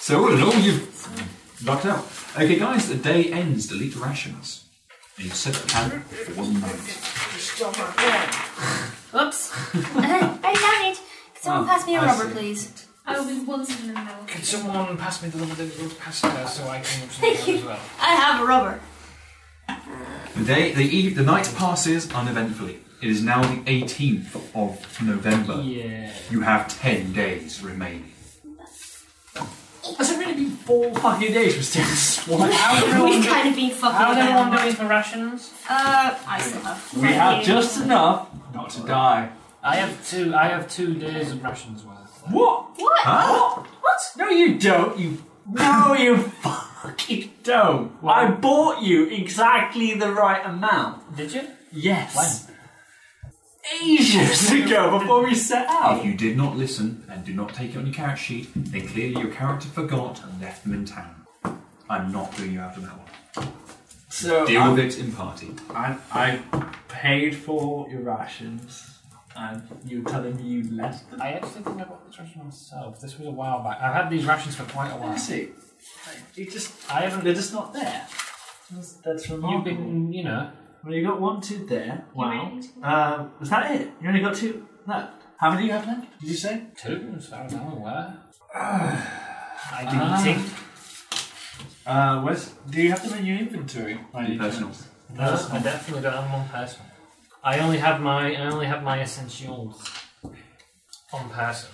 So, all in all, you've lucked out. Okay, guys, the day ends. Delete rations. And you said that can for one night.
<laughs>
Whoops. Uh, I died. Could someone
Oh,
pass me a
I
rubber,
see.
please?
I will be wanting them now.
Could someone pass me the little bit of passenger so I can
Thank you.
as well?
I have a rubber.
The day, the eve, the night passes uneventfully. It is now the 18th of November.
Yeah.
You have 10 days remaining.
Has it really been four fucking days? We're still swamped.
<laughs> We've kind of been
How's
fucking
everyone
around.
doing for rations?
Uh, I still have.
We have just enough not to die.
I have two. I have two days of rations worth.
What?
What?
Huh?
What? No, you don't. You. No, you fucking don't. I bought you exactly the right amount.
Did you?
Yes. Ages ago, before we set
If
out.
you did not listen and did not take it on your character sheet, then clearly your character forgot and left them in town. I'm not doing you out on that one.
So
Deal
I,
with it in party.
I, I paid for your rations, and you're telling me you left them.
I actually think I bought these rations myself. This was a while back. I've had these rations for quite a
I
while.
see. Like, You just
I haven't.
They're just not there. That's, that's
You've
remarkable.
been, you know.
Well, you got one two there. Wow.
ready to-
Um, was that it? You only got two left. How many do you have left? Did you say?
Two, as far as I'm aware. I didn't think.
Ah. Uh, where's, do you have them in your inventory? by any
Be personal.
chance?
No, I definitely don't have them on person. I only have my I only have my essentials on person.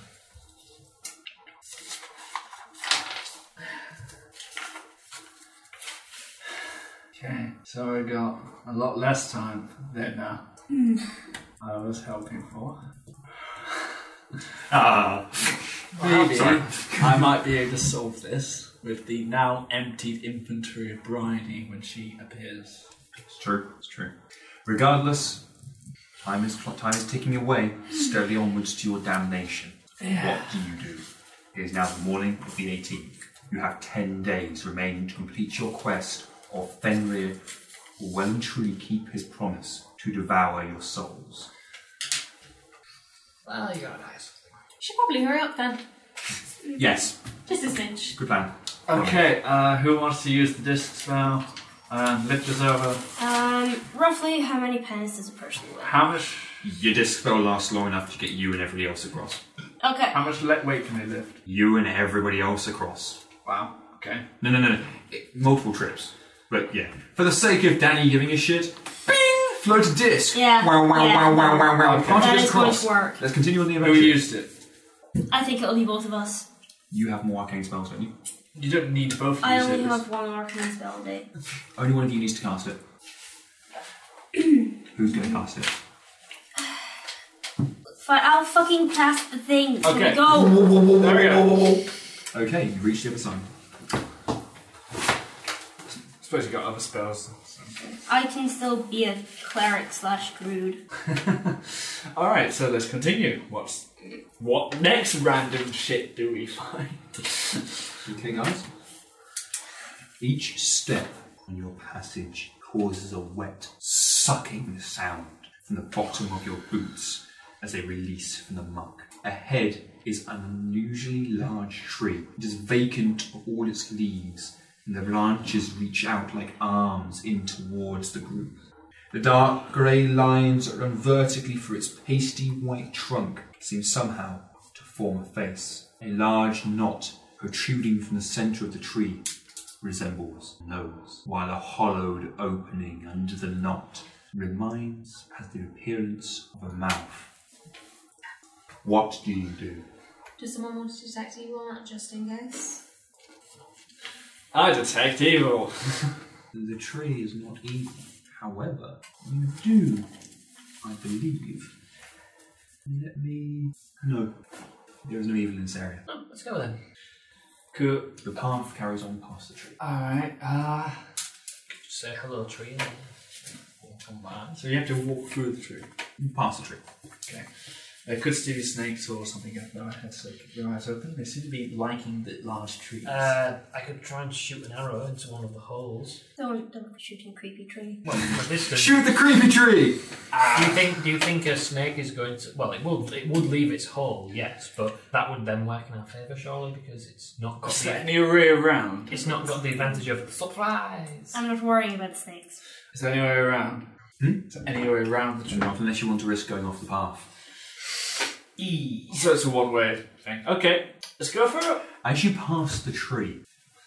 Okay, so I got a lot less time than uh, I was hoping for.
Ah,
Maybe
Sorry.
I might be able to solve this with the now emptied inventory of Bryony when she appears.
it's true. It's true. Regardless, time is cl- time is ticking away steadily onwards to your damnation. What do you do? It is now the morning of the 18th. You have 10 days remaining to complete your quest, or Fenrir will well and truly keep his promise to to devour your souls.
Well, you got an eyes.
Should probably hurry up then.
Yes,
Just a snitch.
good plan.
Okay, uh, who wants to use the distance spell? Uh, lift us over.
Um, roughly how many pennies does a person weigh?
How much?
Your disc spell lasts long enough to get you and everybody else across.
Okay.
How much le- weight can they lift?
You and everybody else across.
Wow. Okay.
No, no, no, no. It- multiple trips. But yeah, for the sake of Danny giving a shit, bing, float a disc.
Yeah.
Wow, wow,
Yeah.
wow, wow, wow, wow.
Okay.
Can't
That
you just
is much
cross?
work.
Let's continue on the
Who
adventure.
used it?
I think it'll be both of us.
You have more arcane spells, don't you?
You don't need to both
I
use
only
it.
have one arcane spell a day.
Only one of you needs to cast it. <clears throat> Who's going to cast it?
But I'll fucking cast the thing. Can
Okay.
we go?
There we go.
Okay, you reach the other side.
suppose you got other spells.
I can still be a cleric slash druid.
All right, so let's continue. What's what next? Random shit do we find?
Okay, guys. Each step on your passage causes a wet, sucking sound from the bottom of your boots as they release from the muck. Ahead is an unusually large tree. It is vacant of all its leaves, and the branches reach out like arms in towards the group. The dark grey lines that run vertically through its pasty white trunk seem somehow to form a face. A large knot protruding from the centre of the tree resembles a nose, while a hollowed opening under the knot reminds has the appearance of a mouth. What do you do?
Does someone want to detect evil on that just in case?
<laughs> I detect evil.
The tree is not evil. However, you do, I believe. Let me. No. There is no evil in this area.
Oh, let's go then.
Cool.
The path carries on past the tree.
All right. Uh,
Just say hello, tree. and we'll Come back.
so you have to walk through the tree.
Past the tree.
Okay. There could still be snakes or something up there. I had to keep your eyes open. They seem to be liking the large trees.
Uh, I could try and shoot an arrow into one of the holes.
Don't don't shoot a creepy tree.
<laughs>
Well, but this does-
Shoot the creepy tree!
Do you think? Do you think a snake is going to? Well, it would. It would leave its hole, yes, but that would then work in our favour, surely, because it's not got
Setting
the.
your way around.
It's not got the advantage of surprise.
I'm not worrying about snakes.
Is there any way around? Is there any way around the tree?
Hmm? Not unless you want to risk going off the path.
So it's a one way thing. Okay, let's go for it.
As you pass the tree,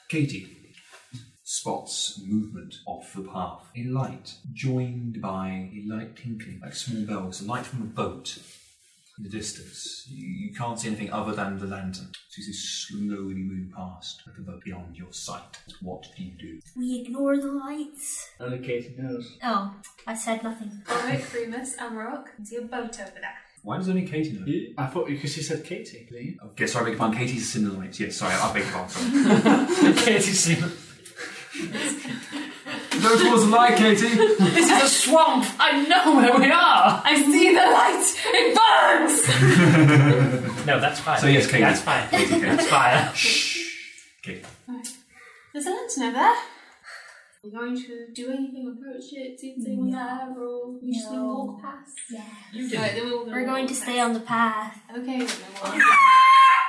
Katie spots movement off the path. A light joined by a light tinkling, like small bells, a light from a boat in the distance. You, you can't see anything other than the lantern. So you see slowly moving past, like a boat beyond your sight. What do you do?
We ignore the lights.
Only Katie knows.
Oh, I said nothing.
Alright, Primus and Rock, see a boat over there.
Why does only Katie know?
I thought because you said Katie. didn't you?
Okay, sorry, I beg your pardon. Katie's in the lights. Yes, sorry, I beg your pardon. Sorry.
<laughs>
Those was a lie, Katie!
This is a swamp. I know where we are.
I see the light! It burns!
No, that's fine.
So yes, Katie.
That's fine.
Katie, Katie.
That's fire.
Katie.
There's a lantern over there. We're going to do anything, approach it, see if anyone there, or we just going to walk past.
Yeah.
You
Right,
did.
then we're,
We're going to stay on the path.
Okay, we're going to
<laughs>
walk past.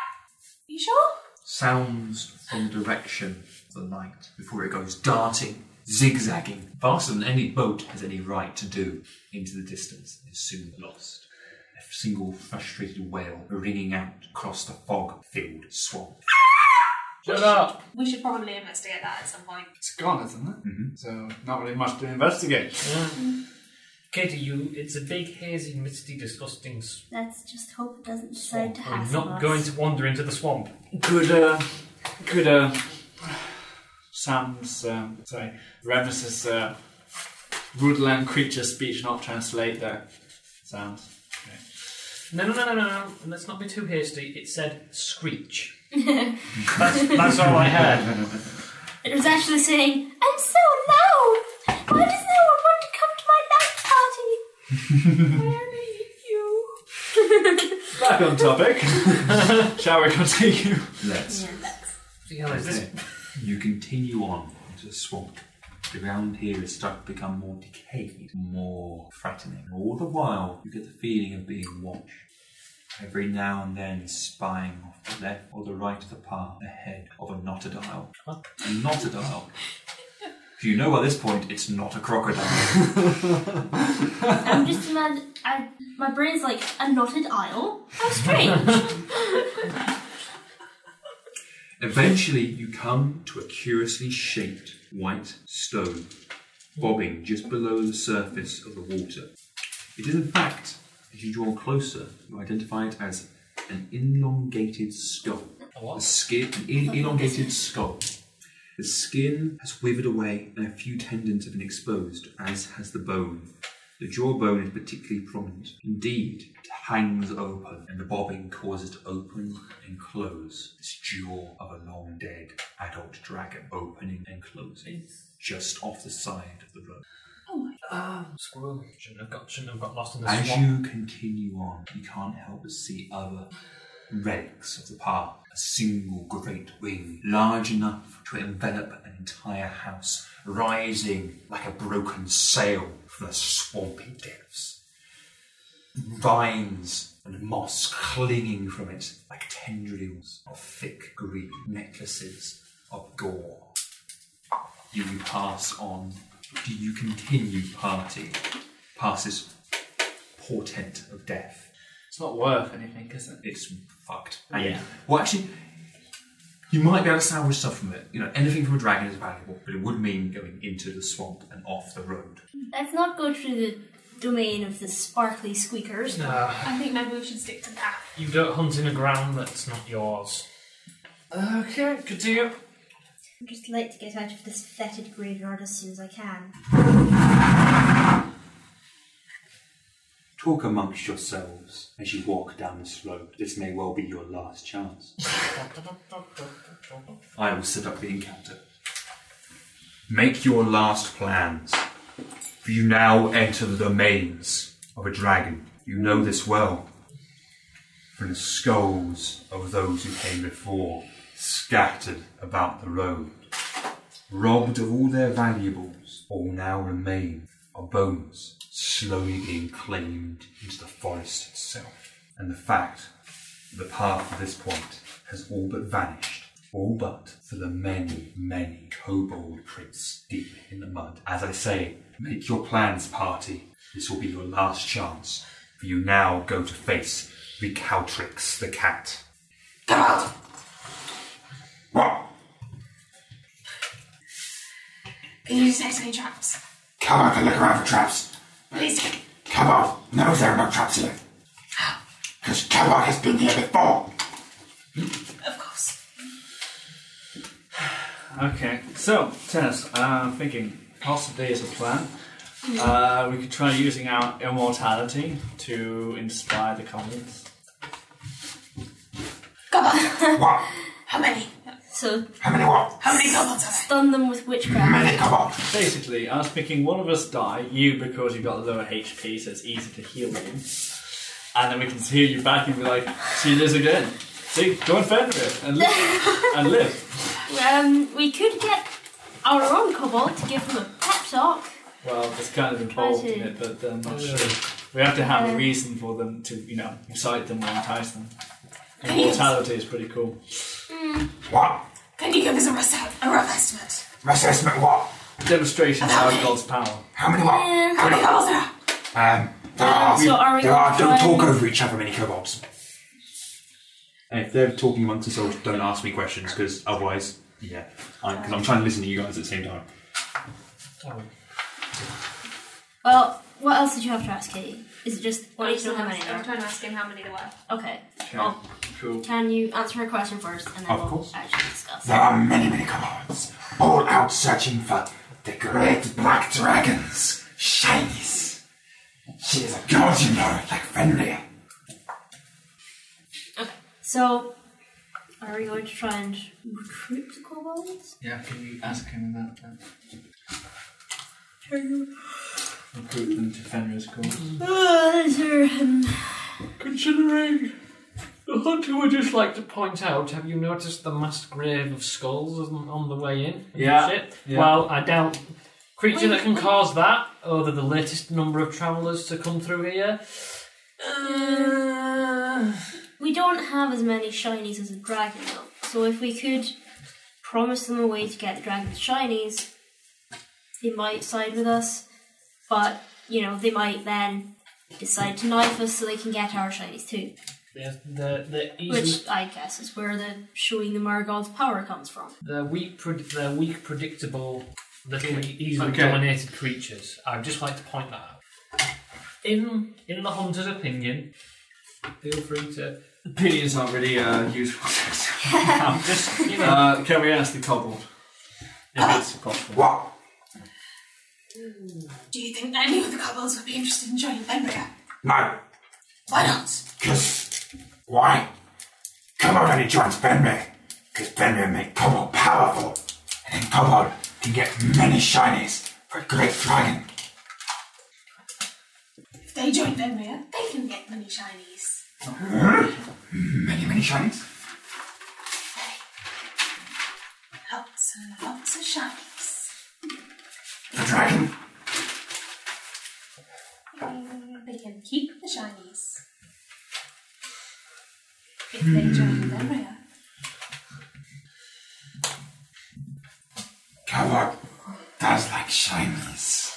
You sure?
sounds from the direction of the light before it goes darting, zigzagging, faster than any boat has any right to do, into the distance is soon lost. A single frustrated wail ringing out across the fog filled swamp.
Shut up.
We should probably investigate that at some point.
It's gone, isn't it? Mm-hmm. So not really much to investigate.
Katie, you. It's a big, hazy, misty, disgusting s-
Let's just hope it doesn't
swamp.
decide to
We're
hassle
not
us.
going to wander into the swamp.
Could uh, could uh, Sam's um, sorry, Remus's uh, woodland creature speech not translate there? Sounds.
No, no, no, no, no, no. Let's not be too hasty. It said
<laughs>
screech. that's, that's all I heard.
It was actually saying, I'm so loud! Why does no one want to come to my night party?
<laughs>
Back on topic. <laughs> Shall we continue?
Let's.
See how is this?
You continue on into the swamp. The ground here is starting to become more decayed, more threatening. All the while, you get the feeling of being watched. Every now and then, spying off the left or the right of the path ahead of a knotadile. A knotadile. If you know at this point, it's not a crocodile.
I'm just imagine. I, my brain's like a knotted aisle. How
<laughs>
strange.
Eventually, you come to a curiously shaped white stone bobbing just below the surface of the water. It is, in fact, as you draw closer, you identify it as an elongated skull. The skin, an el- elongated skull. The skin has withered away and a few tendons have been exposed, as has the bone. The jawbone is particularly prominent. Indeed, it hangs open, and the bobbing causes it to open and close. This jaw of a long dead adult dragon opening and closing just off the side of the road.
Oh my
Ah, squirrel. Shouldn't have got, shouldn't have got lost in the
As
swamp.
you continue on, you can't help but see other relics of the past. A single great wing, large enough to envelop an entire house, rising like a broken sail from the swampy depths. Vines and moss clinging from it like tendrils of thick green necklaces of gore. You pass on. Do you continue party? Past this portent of death.
It's not worth anything, is it?
It's fucked.
Yeah.
And- Well, actually, you might be able to salvage stuff from it. You know, anything from a dragon is valuable, but it would mean going into the swamp and off the road.
Let's not go through the domain of the sparkly squeakers.
Nah.
I think maybe we should stick to that.
You don't hunt in a ground that's not yours.
Okay, continue.
I'd just like to get out of this fetid graveyard as soon as I can.
Talk amongst yourselves as you walk down this road. This may well be your last chance. <laughs> I will set up the encounter. Make your last plans. For you now enter the domains of a dragon. You know this well. From the skulls of those who came before, scattered about the road. Robbed of all their valuables, all now remain are bones slowly being claimed into the forest itself. And the fact that the path at this point has all but vanished, all but for the many, many kobold prints deep in the mud. As I say, make your plans, party. This will be your last chance, for you now go to face Recaltrix the cat.
Can you detect any traps?
Come on, look around for traps.
Please.
Come on. No, there are no traps
<gasps>
here. Because Cabot has been here before.
Of course.
Okay, so, Tennis, uh, I'm thinking possibly as a plan. Uh, we could try using our immortality to inspire the commons.
Come
<laughs>
on. How many?
So.
How many what?
How many goblins are
Stun them with witchcraft.
Basically, I was thinking one of us die, you because you've got lower HP, so it's easy to heal you. And then we can heal you back and be like, she lives again. See, join Fenrir and live. and live.
Um, we could get our own kobold to give them a pep talk.
Well, it's kind of involved in it, but I'm not sure. We have to have a reason for them to, you know, excite them or entice them. Immortality is pretty cool.
What?
Can you give us a rough, a rough estimate?
Let's estimate what?
Demonstration of our God's power.
How many what?
How many goblins are there?
Um, there are.
so are we
there are. Don't
trying-
talk over each other, many kobolds.
And if they're talking amongst themselves, don't ask me questions, because otherwise, yeah, because I'm trying to listen to you guys at the same time.
Well, what else did you have to ask, Katie? Is it just well,
I
you
was
don't have any?
trying
there?
to ask him how many there were.
Okay.
Okay.
Well,
Cool.
can you answer her question first, and then
Of
we'll
course.
actually discuss?
There are many, many kobolds, all out searching for the great black dragons, Shinies. She is a god, you know, like Fenrir.
So, are we going to try and recruit the kobolds?
Yeah, can you ask him about that?
Uh,
Recruit them to Fenrir's cause.
is there, um,
Considering the hunter would just like to point out, have you noticed the massed grave of skulls on on the way in?
Yeah,
Shit.
yeah.
Well, I doubt creature
Wait,
that can
wait.
cause that, or the, the latest number of travellers to come through here.
Uh,
we don't have as many shinies as a dragon, though. So if we could promise them a way to get the dragon's shinies, they might side with us. But, you know, they might then decide to knife us so they can get our shinies too.
They're, they're, they're easily-
Which I guess is where the showing them our god's power comes from.
They're weak, pred- they're weak, predictable, little e- easily
Okay.
dominated creatures. I'd just like to point that out. In in the hunter's opinion, feel free to.
Opinions aren't really uh, useful.
<laughs>
I'm just, you know. uh, can we ask the kobold? If it's possible. Wow.
Do you think any of the kobolds would be interested in joining Fenrir?
No,
Why not?
because why? Come on, and joins Benmir, because Benmir made Cobalt powerful, and then Cobalt can get many shinies for a great dragon.
If they join Fenrir, they can get many shinies.
Many, many shinies.
Lots and lots of shinies.
The dragon.
Mm, They can keep the shinies. If they join Fenrir.
Cobalt does like shinies.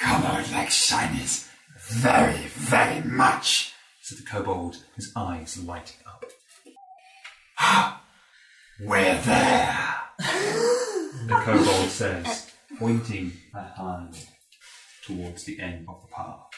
Cobalt likes shinies very, very much.
So the kobold, his eyes lighting up.
<gasps> We're there.
<laughs> The kobold says, pointing her hand towards the end of the path.